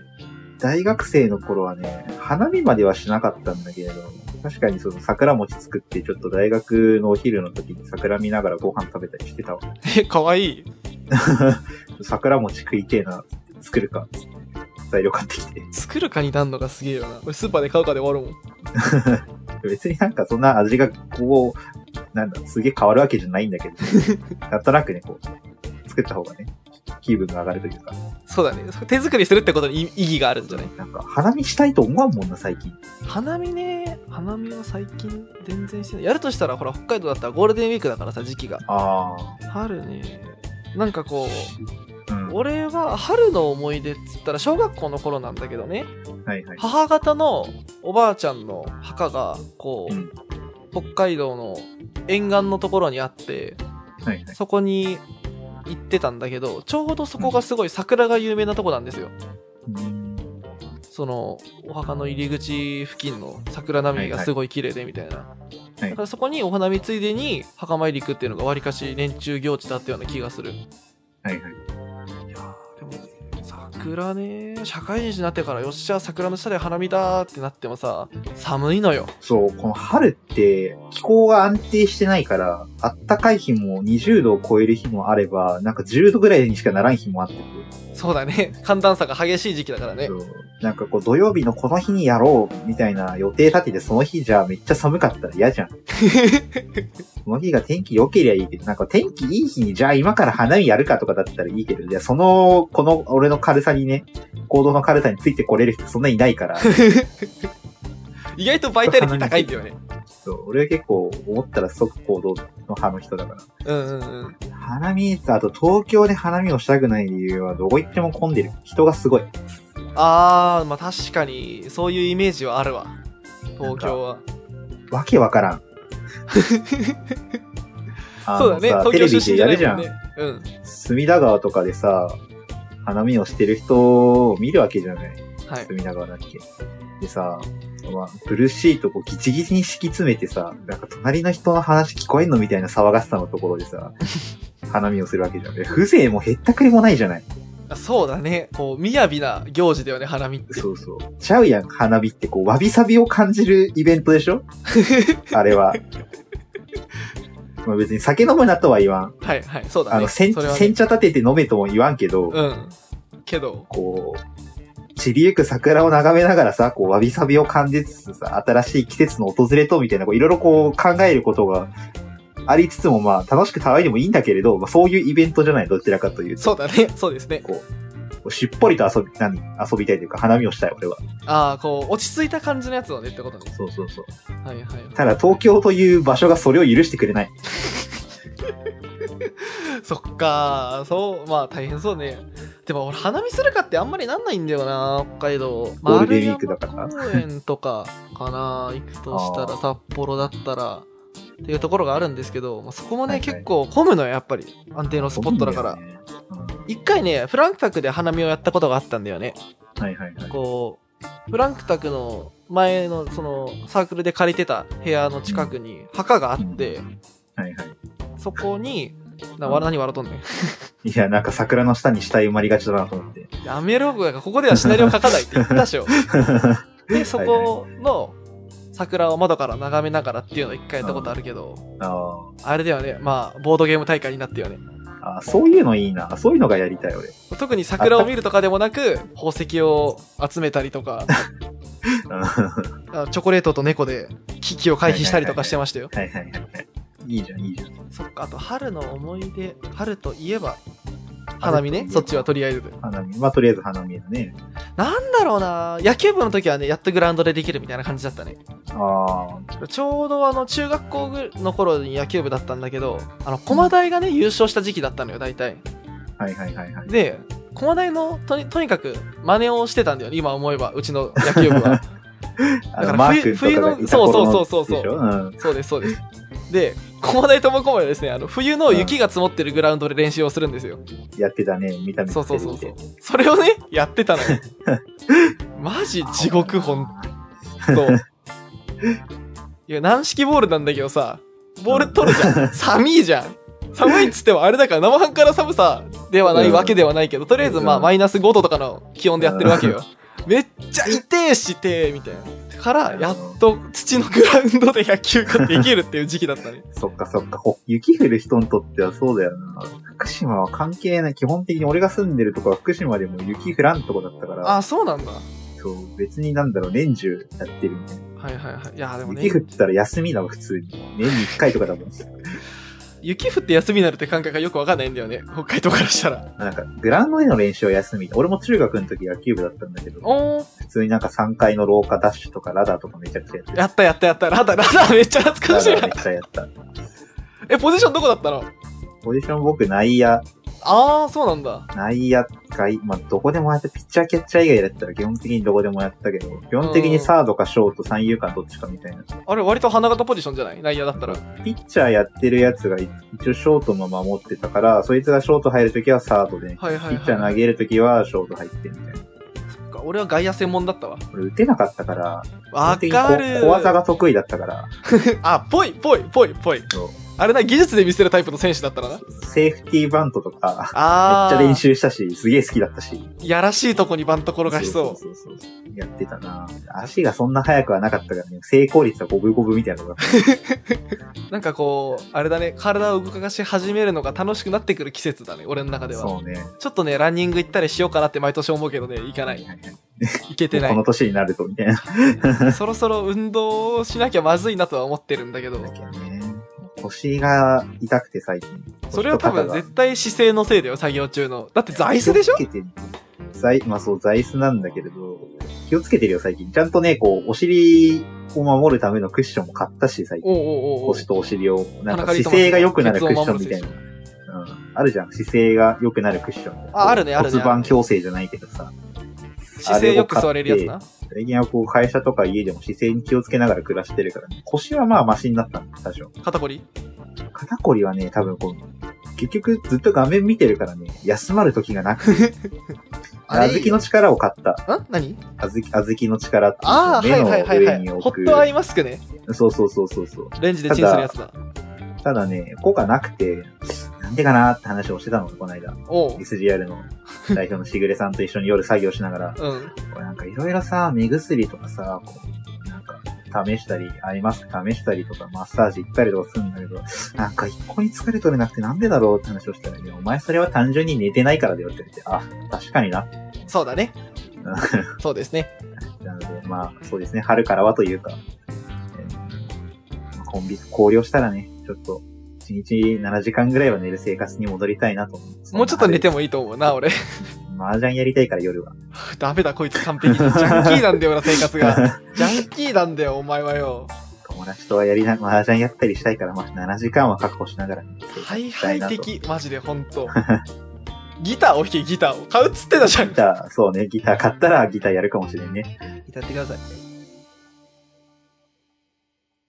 Speaker 1: 大学生の頃はね、花見まではしなかったんだけれど、確かにその桜餅作って、ちょっと大学のお昼の時に桜見ながらご飯食べたりしてたわ。
Speaker 2: えかわいい
Speaker 1: 桜餅食いてえな、作るか。材料買ってきて。
Speaker 2: 作るかになんのがすげえよな俺スーパーで買うかで終わるもん
Speaker 1: 別になんかそんな味がこ う、なんだ、すげえ変わるわけじゃないんだけど、なんとなくね、こう、作った方がね、気分が上がるというか、
Speaker 2: そうだね。手作りするってことに意意義があるんじゃない
Speaker 1: なんか、花見したいと思わんもんな、最近。
Speaker 2: 花見ね、花見は最近全然してない。やるとしたら、ほら、北海道だったらゴールデンウィークだからさ、時期が。
Speaker 1: あ
Speaker 2: 春ね。なんかこ
Speaker 1: あ。うん。
Speaker 2: う、
Speaker 1: は
Speaker 2: 俺は春の思い出っつったら、小学校の頃なんだけどね、
Speaker 1: いはい。
Speaker 2: 母方のおばあちゃんの墓が、こ
Speaker 1: う
Speaker 2: う、
Speaker 1: ん。
Speaker 2: 北海道の沿岸のところにあって、
Speaker 1: はいはい。
Speaker 2: そこに行ってたんだけど、ちょうどそこがすごい桜が有名なとこなんですよ。
Speaker 1: うん
Speaker 2: そのお墓の入り口付近の桜並木がすごい綺麗でみたいな、
Speaker 1: い
Speaker 2: だからそこにお花見ついでに墓参り行くっていうのがわりかし年中行事だったような気がするい
Speaker 1: はいはい。
Speaker 2: やーでもね桜ね社会人になってからよっしゃ桜の下で花見だーってなってもさ寒いのよ
Speaker 1: そう、この春って気候が安定してないから、あったかい日も20度を超える日もあれば、なんか10度ぐらいにしかならん日もあって
Speaker 2: そうだね寒暖差が激しい時期だからね
Speaker 1: そうなんかこう土曜日のこの日にやろうみたいな予定立ててその日じゃめっちゃ寒かったら嫌じゃん。その日が天気良ければいいけど、なんか天気いい日にじゃあ今から花見やるかとかだったらいいけど、いやその、この俺の軽さにね、行動の軽さについてこれる人そんないない から、
Speaker 2: 意外とバイタリティ高いんだよね
Speaker 1: そう俺は結構思ったら即行動の派の人だから。
Speaker 2: うんうんうん
Speaker 1: 花見、あと東京で花見をしたくない理由はどこ行っても混んでる。人がすごい。
Speaker 2: あーまあ確かにそういうイメージはあるわ東京は
Speaker 1: わけわから ん。あ
Speaker 2: そう
Speaker 1: の
Speaker 2: だね
Speaker 1: さ
Speaker 2: 東
Speaker 1: テ
Speaker 2: 京
Speaker 1: レビ
Speaker 2: 出
Speaker 1: で
Speaker 2: 身じ
Speaker 1: や
Speaker 2: ゃな
Speaker 1: る
Speaker 2: い
Speaker 1: じゃ
Speaker 2: もん
Speaker 1: ん
Speaker 2: ね。うん
Speaker 1: 隅田川とかでさ、花見をしてる人を見るわけじゃない。
Speaker 2: はい
Speaker 1: 隅田川だっけ。でさ、まあ、ブルーシートをギチギチに敷き詰めてさ、なんか隣の人の話聞こえんのみたいな騒がしさのところで さ、花見をするわけじゃん。で風情もへったくれもないじゃない。
Speaker 2: あそうだね。こう、雅な行事だよね、花見って。
Speaker 1: そうそう。ちゃうやん、花火ってこう、わびさびを感じるイベントでしょあれ は。まあ別に酒飲むなとは言わん。
Speaker 2: はいはい、そうだね。
Speaker 1: あの、煎
Speaker 2: それはね
Speaker 1: 煎茶立てて飲めとも言わんけど、
Speaker 2: うん。けど、
Speaker 1: こう、散りゆく桜を眺めながらさ、こう、わびさびを感じつつさ、新しい季節の訪れと、みたいな、こう、いろいろこう、考えることがありつつも、まあ、楽しく騒いでもいいんだけれど、まあ、そういうイベントじゃない、どちらかというと。
Speaker 2: そうだね、そうですね。
Speaker 1: こうしっぽりと遊び、何遊びたいというか、花見をしたい、俺は。
Speaker 2: ああ、こう、落ち着いた感じのやつをねってことね。
Speaker 1: そうそうそう。
Speaker 2: はいはい。
Speaker 1: ただ、東京という場所がそれを許してくれない。
Speaker 2: そっかー、そう、まあ大変そうね。でも俺、花見するかってあんまりなんないんだよな、北海道。
Speaker 1: ゴールデンウィークだから
Speaker 2: 丸山公園とかかな、行くとしたら、
Speaker 1: あ
Speaker 2: 札幌だったら、っていうところがあるんですけど、まあ、そこもね、
Speaker 1: はいはい
Speaker 2: 結構混むのよ、やっぱり。安定のスポットだから
Speaker 1: いい。んよね
Speaker 2: 一回ね、フランクタクで花見をやったことがあったんだよね。
Speaker 1: うんはいはいはい。
Speaker 2: こう、フランクタクの前のそのサークルで借りてた部屋の近くに墓があって、
Speaker 1: はいはい。
Speaker 2: そこに、な、わら、何笑うとんねん。
Speaker 1: いや、なんか桜の下に死体埋まりがちだなと思って。
Speaker 2: やめろ、ここではシナリオ書かないって言ったで しょ。で、そこの桜を窓から眺めながらっていうのを一回やったことあるけど、
Speaker 1: あ
Speaker 2: あれだよね、まあ、ボードゲーム大会になったよね。
Speaker 1: ーあー、そういうのいいな。そういうのがやりたい、俺。
Speaker 2: 特に桜を見るとかでもなく、宝石を集めたりと か、
Speaker 1: うん は
Speaker 2: あチョコレートと猫で危機を回避したりとかしてましたよ。
Speaker 1: いはいはいはい。いいじゃん、いいじゃん。
Speaker 2: そっか、あと春の思い出、春といえば、花見ね、そっちはとりあえず。
Speaker 1: 花見。まあ、とりあえず花見だね。
Speaker 2: なんだろうな、野球部の時はね、やっとグラウンドでできるみたいな感じだったね。
Speaker 1: あ
Speaker 2: ちょうどあの、中学校ぐの頃に野球部だったんだけど、あの、駒台がね、優勝した時期だったのよ、大体。
Speaker 1: あ、はいはいはいはい。
Speaker 2: で、駒台のとに、とにかく真似をしてたんだよね、今思えば、うちの野球部は。
Speaker 1: あの
Speaker 2: だから
Speaker 1: マー
Speaker 2: 冬
Speaker 1: 君とかがいた頃
Speaker 2: 冬の
Speaker 1: の
Speaker 2: そうそうそうそう
Speaker 1: でしょうん。
Speaker 2: そうです、そうです。で、駒台ともこもですね、あの、冬の雪が積もってるグラウンドで練習をするんですよ。
Speaker 1: やってたね、見た目
Speaker 2: そうそうそうそう。それをね、やってたのよ。マジ地獄、ほんと。 いや、軟式ボールなんだけどさ、ボール取るじゃん。寒いじゃん。寒いっつってもあれだから生半可な寒さではないわけではないけど、とりあえずまあ
Speaker 1: うん
Speaker 2: マイナス5度とかの気温でやってるわけよ。めっちゃ痛えして、みたいな。から、やっと土のグラウンドで野球ができるっていう時期だったね。
Speaker 1: そっかそっか。ほ雪降る人にとってはそうだよな。福島は関係ない。基本的に俺が住んでるとこは福島でも雪降らんとこだったから、
Speaker 2: あ、そうなんだ。は
Speaker 1: そう別になんだろう、年中やってるみたい
Speaker 2: いはいはい。いや、でも
Speaker 1: な。
Speaker 2: ね。
Speaker 1: 雪降ってたら休みだもん、普通に。年に1回とかだもん。
Speaker 2: 雪降って休みになるって感覚がよくわかんないんだよね。北海道からしたら。
Speaker 1: なんか、グラウンドでの練習は休み。俺も中学の時野球部だったんだけど、
Speaker 2: おー。
Speaker 1: 普通になんか3階の廊下ダッシュとかラダーとかめちゃくちゃやって
Speaker 2: やったやったやった。ラダ、ラダめっちゃ懐か
Speaker 1: ラ
Speaker 2: しい
Speaker 1: ダ
Speaker 2: な
Speaker 1: ーめ。っちゃやった。
Speaker 2: え、ポジションどこだったの
Speaker 1: ポジション僕内野、
Speaker 2: あー、そうなんだ。
Speaker 1: 内野外、まあ、どこでもやった。ピッチャーキャッチャー以外だったら基本的にどこでもやったけど、基本的にサードかショート、三遊間どっちかみたいな。
Speaker 2: あれ、割と花形ポジションじゃない内野だったら。
Speaker 1: ピッチャーやってるやつが一応ショートも守ってたから、そいつがショート入るときはサードで、
Speaker 2: はいは
Speaker 1: ピ
Speaker 2: い
Speaker 1: ッチャー
Speaker 2: は
Speaker 1: 投
Speaker 2: い。
Speaker 1: げるときはショート入ってみたいな。
Speaker 2: そっか俺は外野専門だったわ。
Speaker 1: 俺打てなかったから、
Speaker 2: わ
Speaker 1: 基本
Speaker 2: か
Speaker 1: 的に
Speaker 2: る。
Speaker 1: こ小技が得意だったから、
Speaker 2: あ、ぽいぽいぽいぽい
Speaker 1: そう。
Speaker 2: あれな、技術で見せるタイプの選手だったらな。
Speaker 1: セーフティーバントとか、めっ
Speaker 2: あ
Speaker 1: ち
Speaker 2: ー。
Speaker 1: ゃ練。習したし、すげえ好きだったし。
Speaker 2: やらしいとこにバント転がしそう。
Speaker 1: そうそうそうそうやってたな足がそんな速くはなかったからね、成功率は五分五分みたいなのが。
Speaker 2: なんかこう、あれだね、体を動かし始めるのが楽しくなってくる季節だね、俺の中では。
Speaker 1: そうね。
Speaker 2: ちょっとね、ランニング行ったりしようかなって毎年思うけどね、行 かない。
Speaker 1: はいはい
Speaker 2: 行けてな
Speaker 1: この
Speaker 2: い。
Speaker 1: 年になると、みたいな。
Speaker 2: そろそろ運動をしなきゃまずいなとは思ってるんだけど、
Speaker 1: ね腰が痛くて最近。
Speaker 2: それは多分絶対姿勢のせいだよ、作業中の。だって座椅子でしょ
Speaker 1: 気をつけて座いまあそう、座椅子なんだけれど、気をつけてるよ、最近。ちゃんとね、こう、お尻を守るためのクッションも買ったし、最近。
Speaker 2: おうおうおうおう
Speaker 1: 腰とお尻を、なん
Speaker 2: 田
Speaker 1: か
Speaker 2: 中理
Speaker 1: 姿
Speaker 2: 人
Speaker 1: 勢が良くなる
Speaker 2: ケツ
Speaker 1: クッ
Speaker 2: を
Speaker 1: ショ
Speaker 2: 守る
Speaker 1: ンみたいな
Speaker 2: 選。
Speaker 1: うんあるじゃん。姿勢が良くなるクッション。
Speaker 2: ああるねあるね
Speaker 1: 骨盤矯正じゃないけどさ。
Speaker 2: 手姿勢よく座れるやつな。
Speaker 1: 最近はこう、会社とか家でも姿勢に気をつけながら暮らしてるからね。腰はまあマシになったんだ、多少。
Speaker 2: 肩こり
Speaker 1: 肩こりはね、多分こう、結局ずっと画面見てるからね、休まる時がなくて、
Speaker 4: あ
Speaker 1: あ
Speaker 4: れ
Speaker 1: ずきの力を買った。
Speaker 4: ん何
Speaker 1: あずき、あずきの力っていう
Speaker 2: ああ、は
Speaker 1: 目
Speaker 2: い
Speaker 1: の
Speaker 2: はいはいは
Speaker 1: 上
Speaker 2: い。
Speaker 1: に
Speaker 2: ホ
Speaker 1: 置く。
Speaker 2: ットアイマスクね。
Speaker 1: そうそうそうそうそう。
Speaker 2: レンジでチンするやつだ。
Speaker 1: ただね、効果なくて、なんでかなって話をしてたの、この間。
Speaker 2: おう。
Speaker 1: SGR の代表のしぐれさんと一緒に夜作業しながら、
Speaker 2: うん。
Speaker 1: これなんかいろいろさ、目薬とかさ、こう、なんか、試したり、アイマスク試したりとか、マッサージ行ったりとかするんだけど、なんか一向に疲れ取れなくてなんでだろうって話をしたら、いやお前それは単純に寝てないからだよって言って、あ、確かにな。
Speaker 2: そうだ ね。そうですね。
Speaker 1: なので、まあ、そうですね、春からはというか、えーコンビ、考慮したらね、ちょっと、1日7時間ぐらいは寝る生活に戻りたいなと思う
Speaker 2: もうちょっと寝て
Speaker 1: も。
Speaker 2: もいいと思うな、俺。
Speaker 1: 麻雀やりたいから夜は。
Speaker 2: ダメだ、こいつ完 璧。ジャンキーなんだよ、俺、生活が。ジャンキーなんだよ、お前はよ。
Speaker 1: 友達とはやりな、麻雀やったりしたいから、まあ、7時間は確保しながら。
Speaker 2: 大敗的、マジで、ほんと。ギターを弾け、ギターを。買うっつってたじゃん。
Speaker 1: ギター、そうね、ギター買ったらギターやるかもしれんね。
Speaker 2: 歌ってください。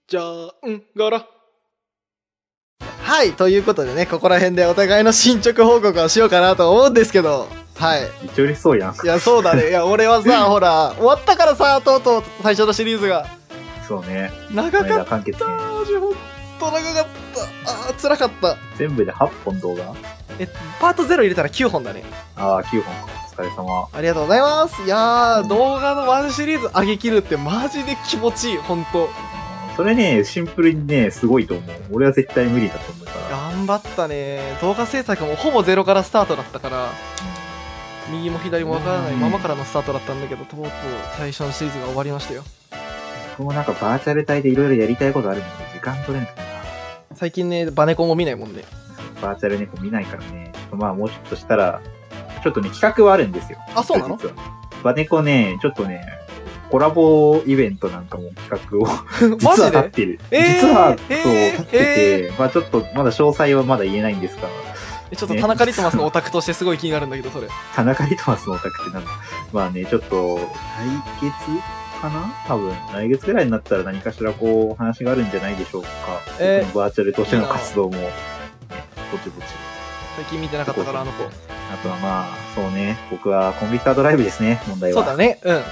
Speaker 2: じゃあ、ん、がら。
Speaker 4: はい、ということでね、ここら辺でお互いの進捗報告をしようかなと思うんですけど、はい。
Speaker 1: 一応嬉しそうやん。
Speaker 4: いや、そう だね。いや、俺はさ、ほら、終わったからさ、とうとう最初のシリーズが。
Speaker 1: そうね。
Speaker 2: 長
Speaker 1: こ
Speaker 2: か
Speaker 1: の間
Speaker 2: っ
Speaker 1: 完結
Speaker 2: た。
Speaker 1: ね。
Speaker 2: マジ、ほんと長かった。
Speaker 4: ああ、辛かった。
Speaker 1: 全部で8本動画
Speaker 2: え、パート0入れたら9本だね。
Speaker 1: ああ、9本か。お疲れ様。
Speaker 4: ありがとうございます。いやー、どう
Speaker 2: 動画のワンシリーズ上げ切るってマジで気持ちいい、ほんと。
Speaker 1: それね、シンプルにね、すごいと思う。俺は絶対無理だと思うから。
Speaker 2: 頑張ったね。動画制作もほぼゼロからスタートだったから、右も左もわからないままからのスタートだったんだけど、とうとう最初のシリーズが終わりましたよ。
Speaker 1: 僕もなんかバーチャル体でいろいろやりたいことあるんだけど、時間取れなくて
Speaker 2: 最近ね、バネコンも見ないもんね。
Speaker 1: な。バーチャル猫見ないからね。まあ、もうちょっとしたら、ちょっとね、企画はあるんですよ。
Speaker 2: あ、そうなの
Speaker 1: 実はバネコね、ちょっとね、コラボイベントなんかも企画を
Speaker 2: マ
Speaker 1: 実は
Speaker 2: ジ
Speaker 1: 立っ
Speaker 2: で
Speaker 1: てる。
Speaker 2: えー
Speaker 1: 実は、
Speaker 2: えー
Speaker 1: そう、立ってて、まあちょっと、まだ詳細はまだ言えないんですが、
Speaker 2: えちょっと田中リトマスのオタクとしてすごい気になるんだけど、それ。
Speaker 1: 田中リトマスのオタクってなんだまあね、ちょっと、来月かな多分、来月ぐらいになったら何かしらこう、お話があるんじゃないでしょうか。
Speaker 2: えー
Speaker 1: 僕のバーチャルとしての活動も、ねぼちぼち。
Speaker 2: 最近見てなかったから、あの子。
Speaker 1: あとはまあ、そうね、僕はコンビクタードライブですね、問題は。
Speaker 2: そうだね。うん。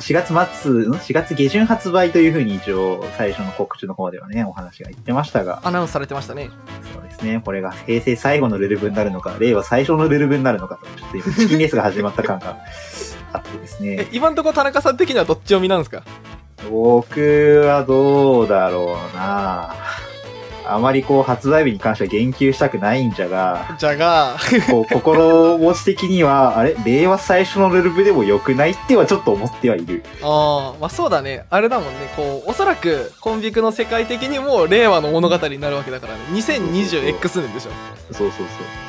Speaker 1: 4月末、ん ?4 月下旬発売というふうに一応、最初の告知の方ではね、お話が言ってましたが、
Speaker 2: アナウンスされてましたね。
Speaker 1: そうですね、これが平成最後のルルブになるのか、令和最初のルルブになるのかと、ちょっと今、チキンレースが始まった感があってです
Speaker 2: え
Speaker 1: ね、、
Speaker 2: 今んとこ田中さん的にはどっちを見なんですか
Speaker 1: 僕はどうだろうなあまりこう発売日に関しては言及したくないんじゃが、
Speaker 2: じゃが、
Speaker 1: こう心持ち的には、あれ令和最初のルルブでも良くないってはちょっと思ってはいる。
Speaker 2: ああ、まあそうだね。あれだもんね。こう、おそらく、コンビクの世界的にも、令和の物語になるわけだからね。2020X 年でしょ。
Speaker 1: そうそうそう。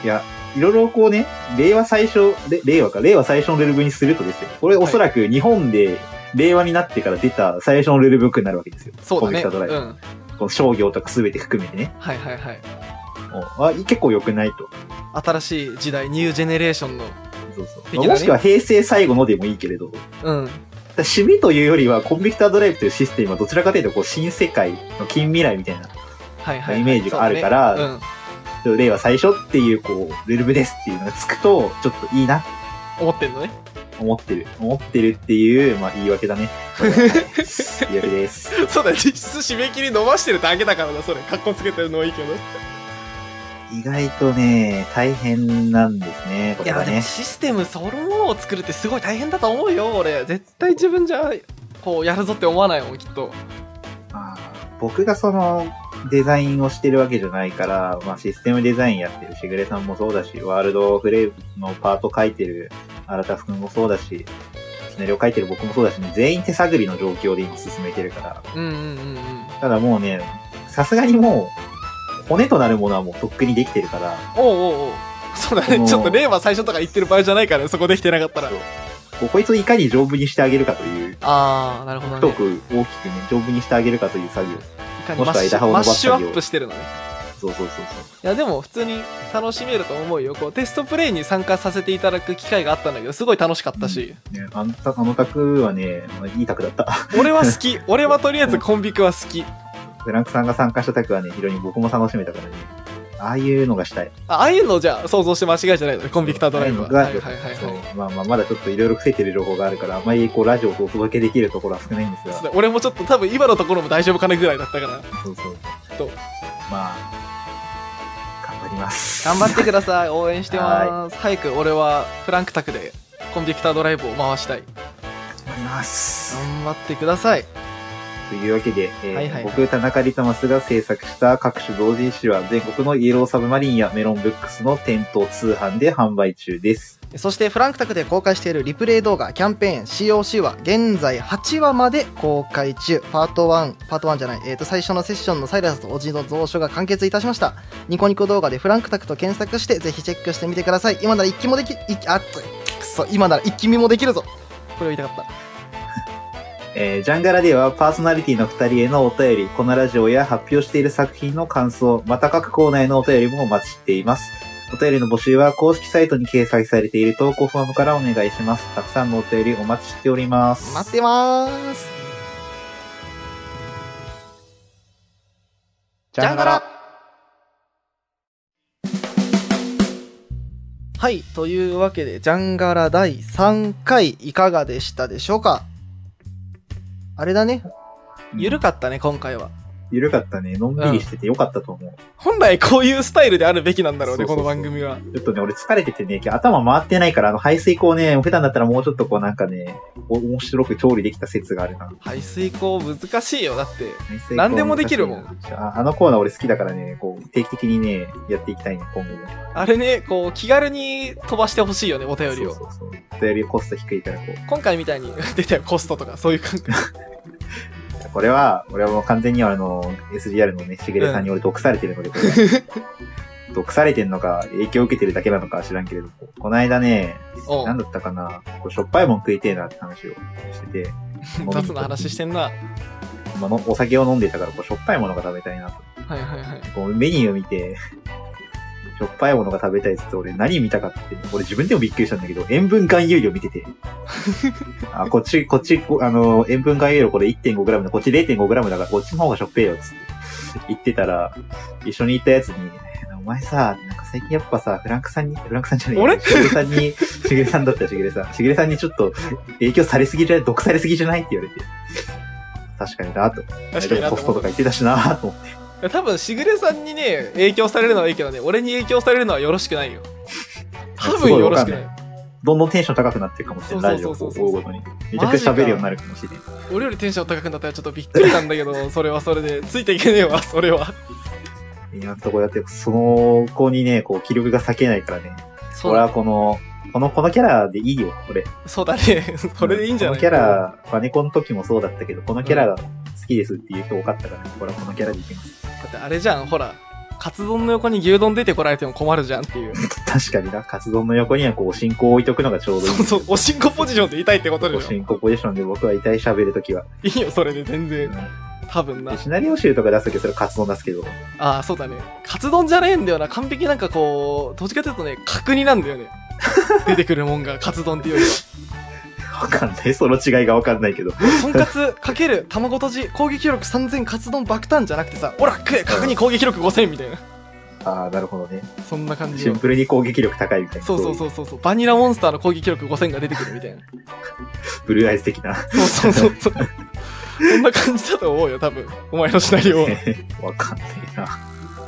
Speaker 1: いや、いろいろこうね、令和最初、で令和か、令和最初のルルブにするとですよ。これおそらく日本で令和になってから出た最初のルルブくになるわけですよ。
Speaker 2: そうだね。
Speaker 1: コ
Speaker 2: う
Speaker 1: ンピュータードライブ。
Speaker 2: ん。
Speaker 1: この商業とか全て含めてね。
Speaker 2: はいはいはい。
Speaker 1: おあ結構良くないと。
Speaker 2: 新しい時代、ニュージェネレーションの。
Speaker 1: そうそうま
Speaker 2: 的な
Speaker 1: あ
Speaker 2: ね
Speaker 1: もしくは平成最後のでもいいけれど。だか
Speaker 2: うん。
Speaker 1: ら締めというよりは、コンビクタードライブというシステムはどちらかというと、こう、新世界の近未来みたいな、
Speaker 2: はいはい、はい。
Speaker 1: イメージがあるから
Speaker 2: そうだね
Speaker 1: 令和最初っていう、こう、ルルブですっていうのがつくと、ちょっといいなって
Speaker 2: うん。思ってんのね。
Speaker 1: 思ってる。思ってるっていう、まあ、言い訳だね。これははい言い訳です。
Speaker 2: そうだね。実質締め切り伸ばしてるだけだからな、それ。格好つけてるのはいいけど。
Speaker 1: 意外とね、大変なんですね、こ
Speaker 2: い
Speaker 1: れ
Speaker 2: や
Speaker 1: は
Speaker 2: でも
Speaker 1: ね。
Speaker 2: システムそのものを作るってすごい大変だと思うよ俺絶対自分じゃこうやるぞって思わないもんきっと
Speaker 1: まあ僕がその、デザインをしてるわけじゃないから、まあ、システムデザインやってるしぐれさんもそうだし、ワールドフレームのパート書いてる荒田くんもそうだし、シナリオ書いてる僕もそうだしね、全員手探りの状況で今進めてるから。
Speaker 2: うんうんうんうん
Speaker 1: ただもうね、さすがにもう、骨となるものはもうとっくにできてるから、
Speaker 2: おうおうおうそうだ
Speaker 1: こ
Speaker 2: ね
Speaker 1: の
Speaker 2: ちょっと令和最初とか言ってる場合じゃないからねそこできてなかったら
Speaker 1: そうこうこいつをいかに丈夫にしてあげるかという、
Speaker 2: ああなるほ
Speaker 1: 太
Speaker 2: どね
Speaker 1: く大きくね、丈夫にしてあげるかという作業。
Speaker 2: いかに
Speaker 1: もし
Speaker 2: マ
Speaker 1: くは
Speaker 2: ッシ
Speaker 1: 枝
Speaker 2: ュ
Speaker 1: 葉を伸
Speaker 2: マッ
Speaker 1: ばす
Speaker 2: シュア
Speaker 1: 作業
Speaker 2: ップしてるのね
Speaker 1: そうそうそうそう。
Speaker 2: いやでも普通に楽しめると思うよこうテストプレイに参加させていただく機会があったんだけどすごい楽しかったし、
Speaker 1: ね、あの、あの卓はね、いい卓だった。
Speaker 2: 俺は好き俺はとりあえずコンビクは好き
Speaker 1: フランクさんが参加した卓はね、非常に僕も楽しめたからね。ああいうのがしたい。
Speaker 2: あああいうのをじゃあ想像して間違いじゃないのねコンビクタードライブは
Speaker 1: ああ
Speaker 2: はい
Speaker 1: いうの
Speaker 2: はいはい、はい、
Speaker 1: そうまあまあ、まだちょっといろいろ伏せてる情報があるから、あまりこう、ラジオとお届けできるところは少ないんですが。
Speaker 2: そうだ俺もちょっと多分今のところも大丈夫かなぐらいだったから
Speaker 1: そうそう。
Speaker 2: と
Speaker 1: まあ、頑張ります。
Speaker 2: 頑張ってください応援してます早く俺はフランクタクでコンビクタードライブを回したい
Speaker 1: 頑張ります。
Speaker 2: 頑張ってください
Speaker 1: というわけで、えー
Speaker 2: はいはいはい
Speaker 1: 僕、田中リトマスが制作した各種同人誌は全国のイエローサブマリンやメロンブックスの店頭通販で販売中です。
Speaker 4: そしてフランクタクで公開しているリプレイ動画キャンペーン COC は現在8話まで公開中パート1パート1じゃない、えー、と最初のセッションのサイラスとおじの蔵書が完結いたしましたニコニコ動画でフランクタクと検索してぜひチェックしてみてください今なら一気もでき一あっくそ今なら一気見もできるぞこれを言いたかった
Speaker 1: えージャンガラではパーソナリティの二人へのお便り、このラジオや発表している作品の感想、また各コーナーへのお便りもお待ちしています。お便りの募集は公式サイトに掲載されている投稿フォームからお願いします。たくさんのお便りお待ちしております。
Speaker 4: 待ってまーす
Speaker 3: ジャンガラ
Speaker 4: はいというわけでジャンガラ第3回いかがでしたでしょうかあれだね
Speaker 2: ゆるかったね今回は
Speaker 1: ゆるかったね。のんびりしててよかったと思う。
Speaker 2: 本来こういうスタイルであるべきなんだろうね
Speaker 1: そうそうそう
Speaker 2: この番組は
Speaker 1: ちょっとね、俺疲れててね、頭回ってないから、あの排水口をね、普段だったらもうちょっとこうなんかね、お面白く調理できた説があるな。
Speaker 2: 排水口難しいよだって
Speaker 1: 排水口
Speaker 2: 何でもできるもん
Speaker 1: あ。あのコーナー俺好きだからね、こう、定期的にね、やっていきたいね、今後も。
Speaker 2: あれねこう気軽に飛ばしてほしいよねお便りを
Speaker 1: そうそうそう。人よりコスト低いからこう。
Speaker 2: 今回みたいに 出たよコストとかそういう感 覚
Speaker 1: これは、俺はもう完全にあの、SGR のね、しげれさんに俺毒されてるので、これは 毒されてんのか、影響を受けてるだけなのかは知らんけれど、こうこの間ね、
Speaker 2: おう
Speaker 1: なんだったかな、こうしょっぱいもん食いてえなって話をしてて、
Speaker 2: 雑な話してんなは
Speaker 1: まあのお酒を飲んでたから、こうしょっぱいものが食べたいなと。
Speaker 2: いはいはい
Speaker 1: こうメニューを見て、 しょっぱいものが食べたいっつって俺何見たかって、俺自分でもびっくりしたんだけど、塩分含有量見てて。あ、こっち、こっち、こあの、塩分含有量これ 1.5g だ、こっち 0.5g だからこっちの方がしょっぺえよっつって言ってたら、一緒に行ったやつに、お前さ、なんか最近やっぱさ、フランクさんに、フランクさんじゃねえよ
Speaker 2: 俺
Speaker 1: しげるさんに、しげるさんだったよしげるさん。しげるさんにちょっと影響されすぎじゃない、毒されすぎじゃないって言われて。確かになと。
Speaker 2: 確かになと
Speaker 1: コスト
Speaker 2: 思
Speaker 1: とか
Speaker 2: っ
Speaker 1: 言ってたしなと思って。
Speaker 2: た多分しぐれさんにね影響されるのはいいけどね俺に影響されるのはよろしくないよ 多分よろしくない
Speaker 1: どんどんテンション高くなってるかもしれない。ラジ
Speaker 2: そ
Speaker 1: オ
Speaker 2: う
Speaker 1: を
Speaker 2: そう
Speaker 1: 追
Speaker 2: そうそう
Speaker 1: うごとに。めちゃくちゃ喋るようになるかもしれない。
Speaker 2: 俺よりテンション高くなったらちょっとびっくりなんだけどそれはそれでついていけねえわそれは
Speaker 1: 今のところやって、その子にね、こう、気力が割けないからね。
Speaker 2: そう
Speaker 1: 俺
Speaker 2: だ
Speaker 1: はこの、この、このキャラでいいよ、俺。
Speaker 2: そうだね。 それでいいんじゃない
Speaker 1: このキャラ、ファネコンの時もそうだったけど、このキャラが好きですっていう人多かったから、俺はこのキャラでいきます。
Speaker 2: だってあれじゃん、ほら。カツ丼の横に牛丼出てこられても困るじゃんっていう。
Speaker 1: 確かにな、カツ丼の横にはこう、お進行を置いとくのがちょうどいい。
Speaker 2: そうそう、おしんこポジションでいたいってことで
Speaker 1: お
Speaker 2: しょ。
Speaker 1: 進行ポジションで僕は痛い喋るときは。
Speaker 2: いいよ、それで全然。
Speaker 1: で
Speaker 2: 多分な。
Speaker 1: シナリオ集とか出すときはそれカツ丼出すけど。
Speaker 2: ああ、そうだね。カツ丼じゃねえんだよな。完璧なんかこう、どっちかというとね、角煮なんだよ ね。出てくるもんがカツ丼っていうよりは。
Speaker 1: わかんない。その違いがわかんないけど。
Speaker 2: とんかつかける卵とじ攻撃力3000カツ丼爆誕じゃなくてさ、オラ食え角煮攻撃力5000みたいな。
Speaker 1: ああ、なるほどね。
Speaker 2: そんな感じ
Speaker 1: シ
Speaker 2: よ
Speaker 1: ン。プルに攻撃力高いみたいな。
Speaker 2: そうそうそうそうそう。バニラモンスターの攻撃力5000が出てくるみたいな。
Speaker 1: そういうブルーアイズ的な。
Speaker 2: そうそうそうそう。そんな感じだと思うよ、多分。お前のシナリオは。
Speaker 1: わかんねえな。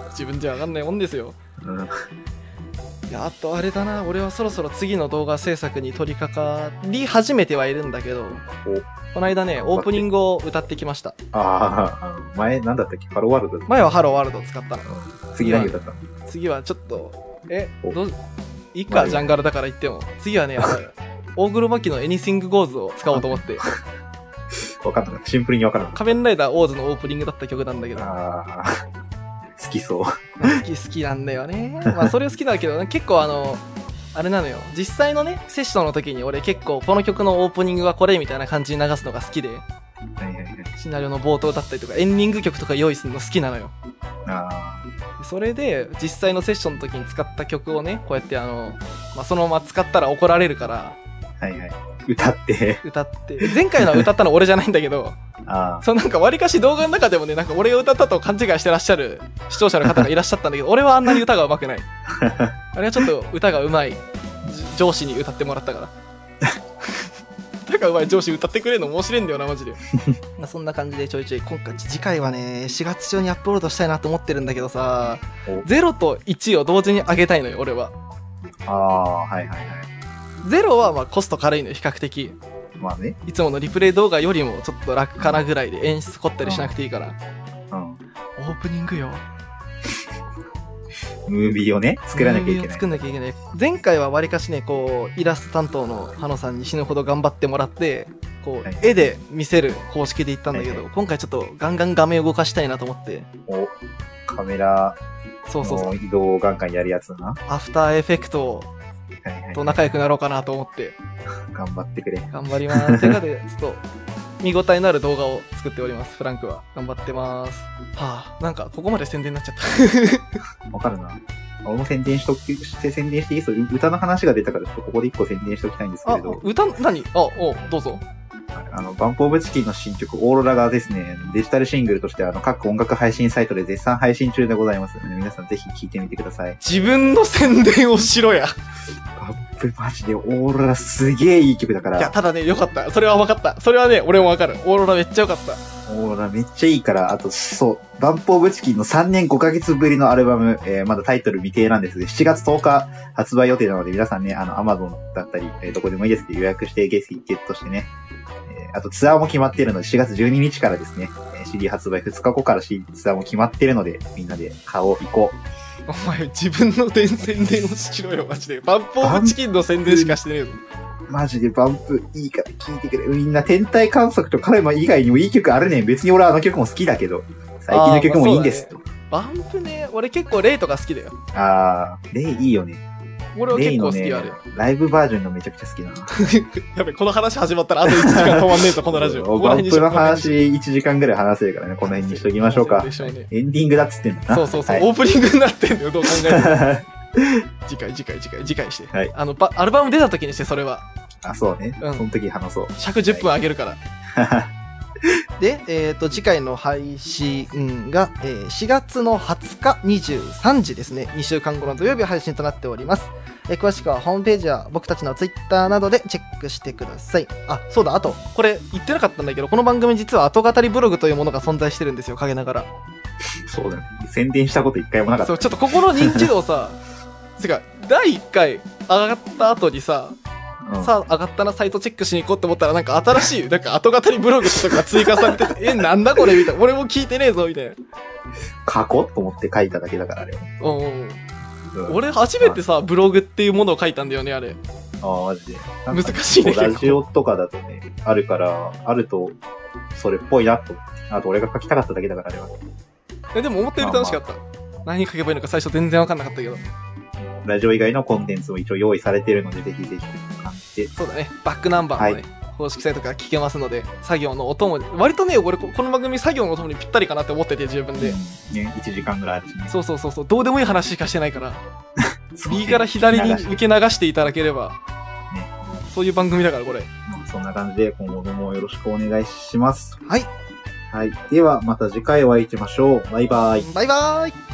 Speaker 2: 自分じゃわかんないもんですよ。
Speaker 1: うん。
Speaker 2: いやあとあれだな俺はそろそろ次の動画制作に取り掛かり始めてはいるんだけどこの間ねオープニングを歌ってきました
Speaker 1: ああ、あの前、なんだったっけハローワールドだ
Speaker 2: 前は「ハローワールド」使ったの
Speaker 1: 次何歌ったの
Speaker 2: 次はちょっとえ
Speaker 1: お
Speaker 2: どういい
Speaker 1: まあ
Speaker 2: か
Speaker 1: いい
Speaker 2: ジャンガラだから言っても次はねあの大黒摩季の「Anything Goes」を使おうと思 って
Speaker 1: わかんなかった。シンプルにわからなかっ
Speaker 2: 仮面ライダーオーズのオープニングだった曲なんだけど
Speaker 1: た。ああ、好きそう。
Speaker 2: 好き好きなんだよねまあそれは好きだけど ね結構あのあれなのよ実際のねセッションの時に俺結構この曲のオープニングはこれみたいな感じに流すのが好きで
Speaker 1: はいはいはい。
Speaker 2: シナリオの冒頭だったりとかエンディング曲とか用意するの好きなのよ
Speaker 1: あ
Speaker 2: それで実際のセッションの時に使った曲をねこうやってあの、まあ、そのまま使ったら怒られるから
Speaker 1: あ、はいはい。歌って、
Speaker 2: 歌って前回のは歌ったの俺じゃないんだけど
Speaker 1: あ
Speaker 2: そうなんかわりかし動画の中でもねなんか俺が歌ったと勘違いしてらっしゃる視聴者の方がいらっしゃったんだけど俺はあんなに歌が上手くないあれはちょっと歌が上手いじ上司に歌ってもらったから歌が上手い上司歌ってくれるの面白いんだよなマジで
Speaker 4: まあ、そんな感じでちょいちょい今回次回はね4月中にアップロードしたいなと思ってるんだけどさ
Speaker 2: 0と1を同時に上げたいのよ俺は
Speaker 1: あ、ああ、はいはいはい。
Speaker 2: ゼロはまあコスト軽いのよ比較的
Speaker 1: まあね。
Speaker 2: いつものリプレイ動画よりもちょっと楽かなぐらいで演出凝ったりしなくていいから
Speaker 1: うん。
Speaker 2: オープニングよ
Speaker 1: ムービーをね、作らなきゃい
Speaker 2: ム
Speaker 1: け
Speaker 2: ービーを
Speaker 1: ない
Speaker 2: 作。んなきゃいけない前回はわりかしねこうイラスト担当のハノさんに死ぬほど頑張ってもらってこう、
Speaker 1: はい
Speaker 2: 絵で見せる方式でいったんだけど、
Speaker 1: はいは
Speaker 2: 今回ちょっとガンガン画面動かしたいなと思って
Speaker 1: おカメラ
Speaker 2: そうそうそ
Speaker 1: の
Speaker 2: う
Speaker 1: 移動をガンガンやるやつだな。は
Speaker 2: アフターエフェクト
Speaker 1: いはい。
Speaker 2: と仲良くなろうかなと思って
Speaker 1: 頑張ってくれ。
Speaker 2: 頑張 ります。ということで、ちょっと、見応えのある動画を作っております。フランクは。頑張ってます。はあ、なんか、ここまで宣伝になっちゃった。
Speaker 1: わかるな。俺も宣伝しとき、して宣伝していいそう歌の話が出たから、ちょっとここで一個宣伝しておきたいんですけ
Speaker 2: あ
Speaker 1: れど、、
Speaker 2: 歌、何あ、おどうぞ。
Speaker 1: あの、バンプオブチキンの新曲、オーロラがですね、デジタルシングルとして、あの、各音楽配信サイトで絶賛配信中でございますので、皆さんぜひ聴いてみてください。
Speaker 2: 自分の宣伝をし ろや。
Speaker 1: バンプマジでオーロラすげえいい曲だか
Speaker 2: いや、
Speaker 1: ら、
Speaker 2: ただね、よかった。それは分かった。それはね、俺も分かる。オーロラめっちゃよかった。
Speaker 1: オーロラめっちゃいいから、あと、そう、バンプオブチキンの3年5ヶ月ぶりのアルバム、えーまだタイトル未定なんですが、7月10日発売予定なので、皆さんね、あの、アマゾンだったり、えーどこでもいいですけど、予約して、ゲスゲットしてね、えーあとツアーも決まっているので、4月12日からですね、えー CD 発売2日後から CD ツアーも決まっているので、みんなで買おう、行こう。
Speaker 2: お前、自分の伝宣伝をしろよ、マジで。バンプオブチキンの宣伝しかしてねえぞ。
Speaker 1: マジでバンプいいから聴いてくれ。みんな天体観測とカレマ以外にもいい曲あるねん。別に俺はあの曲も好きだけど、最近の曲もいいんです。
Speaker 2: バンプね、俺結構レイとか好きだよ。
Speaker 1: あー、レイいいよね。
Speaker 2: 俺は
Speaker 1: レ
Speaker 2: 結
Speaker 1: イ
Speaker 2: 構
Speaker 1: の
Speaker 2: 好き
Speaker 1: ね
Speaker 2: あれ。、
Speaker 1: ライブバージョンがめちゃくちゃ好きなの。
Speaker 2: やべ、この話始まったらあと1時間止まんねえぞ、このラジ オ。ここら
Speaker 1: バン
Speaker 2: 辺にし
Speaker 1: プ
Speaker 2: とこ
Speaker 1: の
Speaker 2: うこの辺にしとこう
Speaker 1: 話1時間ぐらい話せるからね、この辺にしときましょうか
Speaker 2: で。しょうね
Speaker 1: エンディングだっつってんだな。
Speaker 2: そうそうそう、
Speaker 1: はい
Speaker 2: オープニングになってんだよ、どう考えても
Speaker 1: あ、
Speaker 2: 次回、次回、次回、次回して。
Speaker 1: はい
Speaker 2: あの、ばアルバム出た時にして、それは。
Speaker 1: そうね。
Speaker 2: うん
Speaker 1: その時話そう。
Speaker 2: 尺10分あげるから。
Speaker 4: で、えー、と次回の配信が、えー4月の20日23時ですね2週間後の土曜日配信となっております、えー詳しくはホームページや僕たちのツイッターなどでチェックしてくださいあそうだあと
Speaker 2: これ、言ってなかったんだけど、この番組実は後語りブログというものが存在してるんですよ、陰ながら。
Speaker 1: そうだね。宣伝したこと一回もなかっ
Speaker 2: そ
Speaker 1: た
Speaker 2: う、。ちょっとここの認知度 をさ、てか、第1回上がった後にさ、
Speaker 1: うん
Speaker 2: さあ、上がったな、サイトチェックしに行こうって思ったら、なんか新しい、なんか後語りブログとか追加されてて、え、なんだこれみたいな。俺も聞いてねえぞ、みたいな。
Speaker 1: 過去と思って書いただけだから、あれは。
Speaker 2: うんうんうん
Speaker 1: うん、
Speaker 2: 俺初めてさ、ブログっていうものを書いたんだよね、あれ。
Speaker 1: ああ、マジで。なん
Speaker 2: 難
Speaker 1: か
Speaker 2: しいね、
Speaker 1: こうラ
Speaker 2: 結
Speaker 1: ジ
Speaker 2: 構。
Speaker 1: オとかだとね、あるから、あると、それっぽいなと思って。あと、俺が書きたかっただけだから、あれは。
Speaker 2: えでも思ったより楽しかった。何書けばいいのか最初全然わかんなかったけど。
Speaker 1: ラジオ以外のコンテンツも一応用意されてるので、ぜひぜひ感じて。
Speaker 2: そうだね、バックナンバーもね、公式サイトから聞けますので、作業のお供に、割とね、俺、ここの番組作業のお供にぴったりかなって思ってて、自分で。
Speaker 1: ね、1時間ぐらいあるしね。
Speaker 2: そうそうそうそう、どうでもいい話しかしてないから、
Speaker 1: そうね
Speaker 2: 右から左に
Speaker 1: 流して
Speaker 2: 受け流していただければ、そういう番組だから、これ。
Speaker 1: まあそんな感じで、今後ともよろしくお願いします。
Speaker 4: はい。
Speaker 1: はい。では、また次回お会いしましょう。バイバイ。
Speaker 4: バイバーイ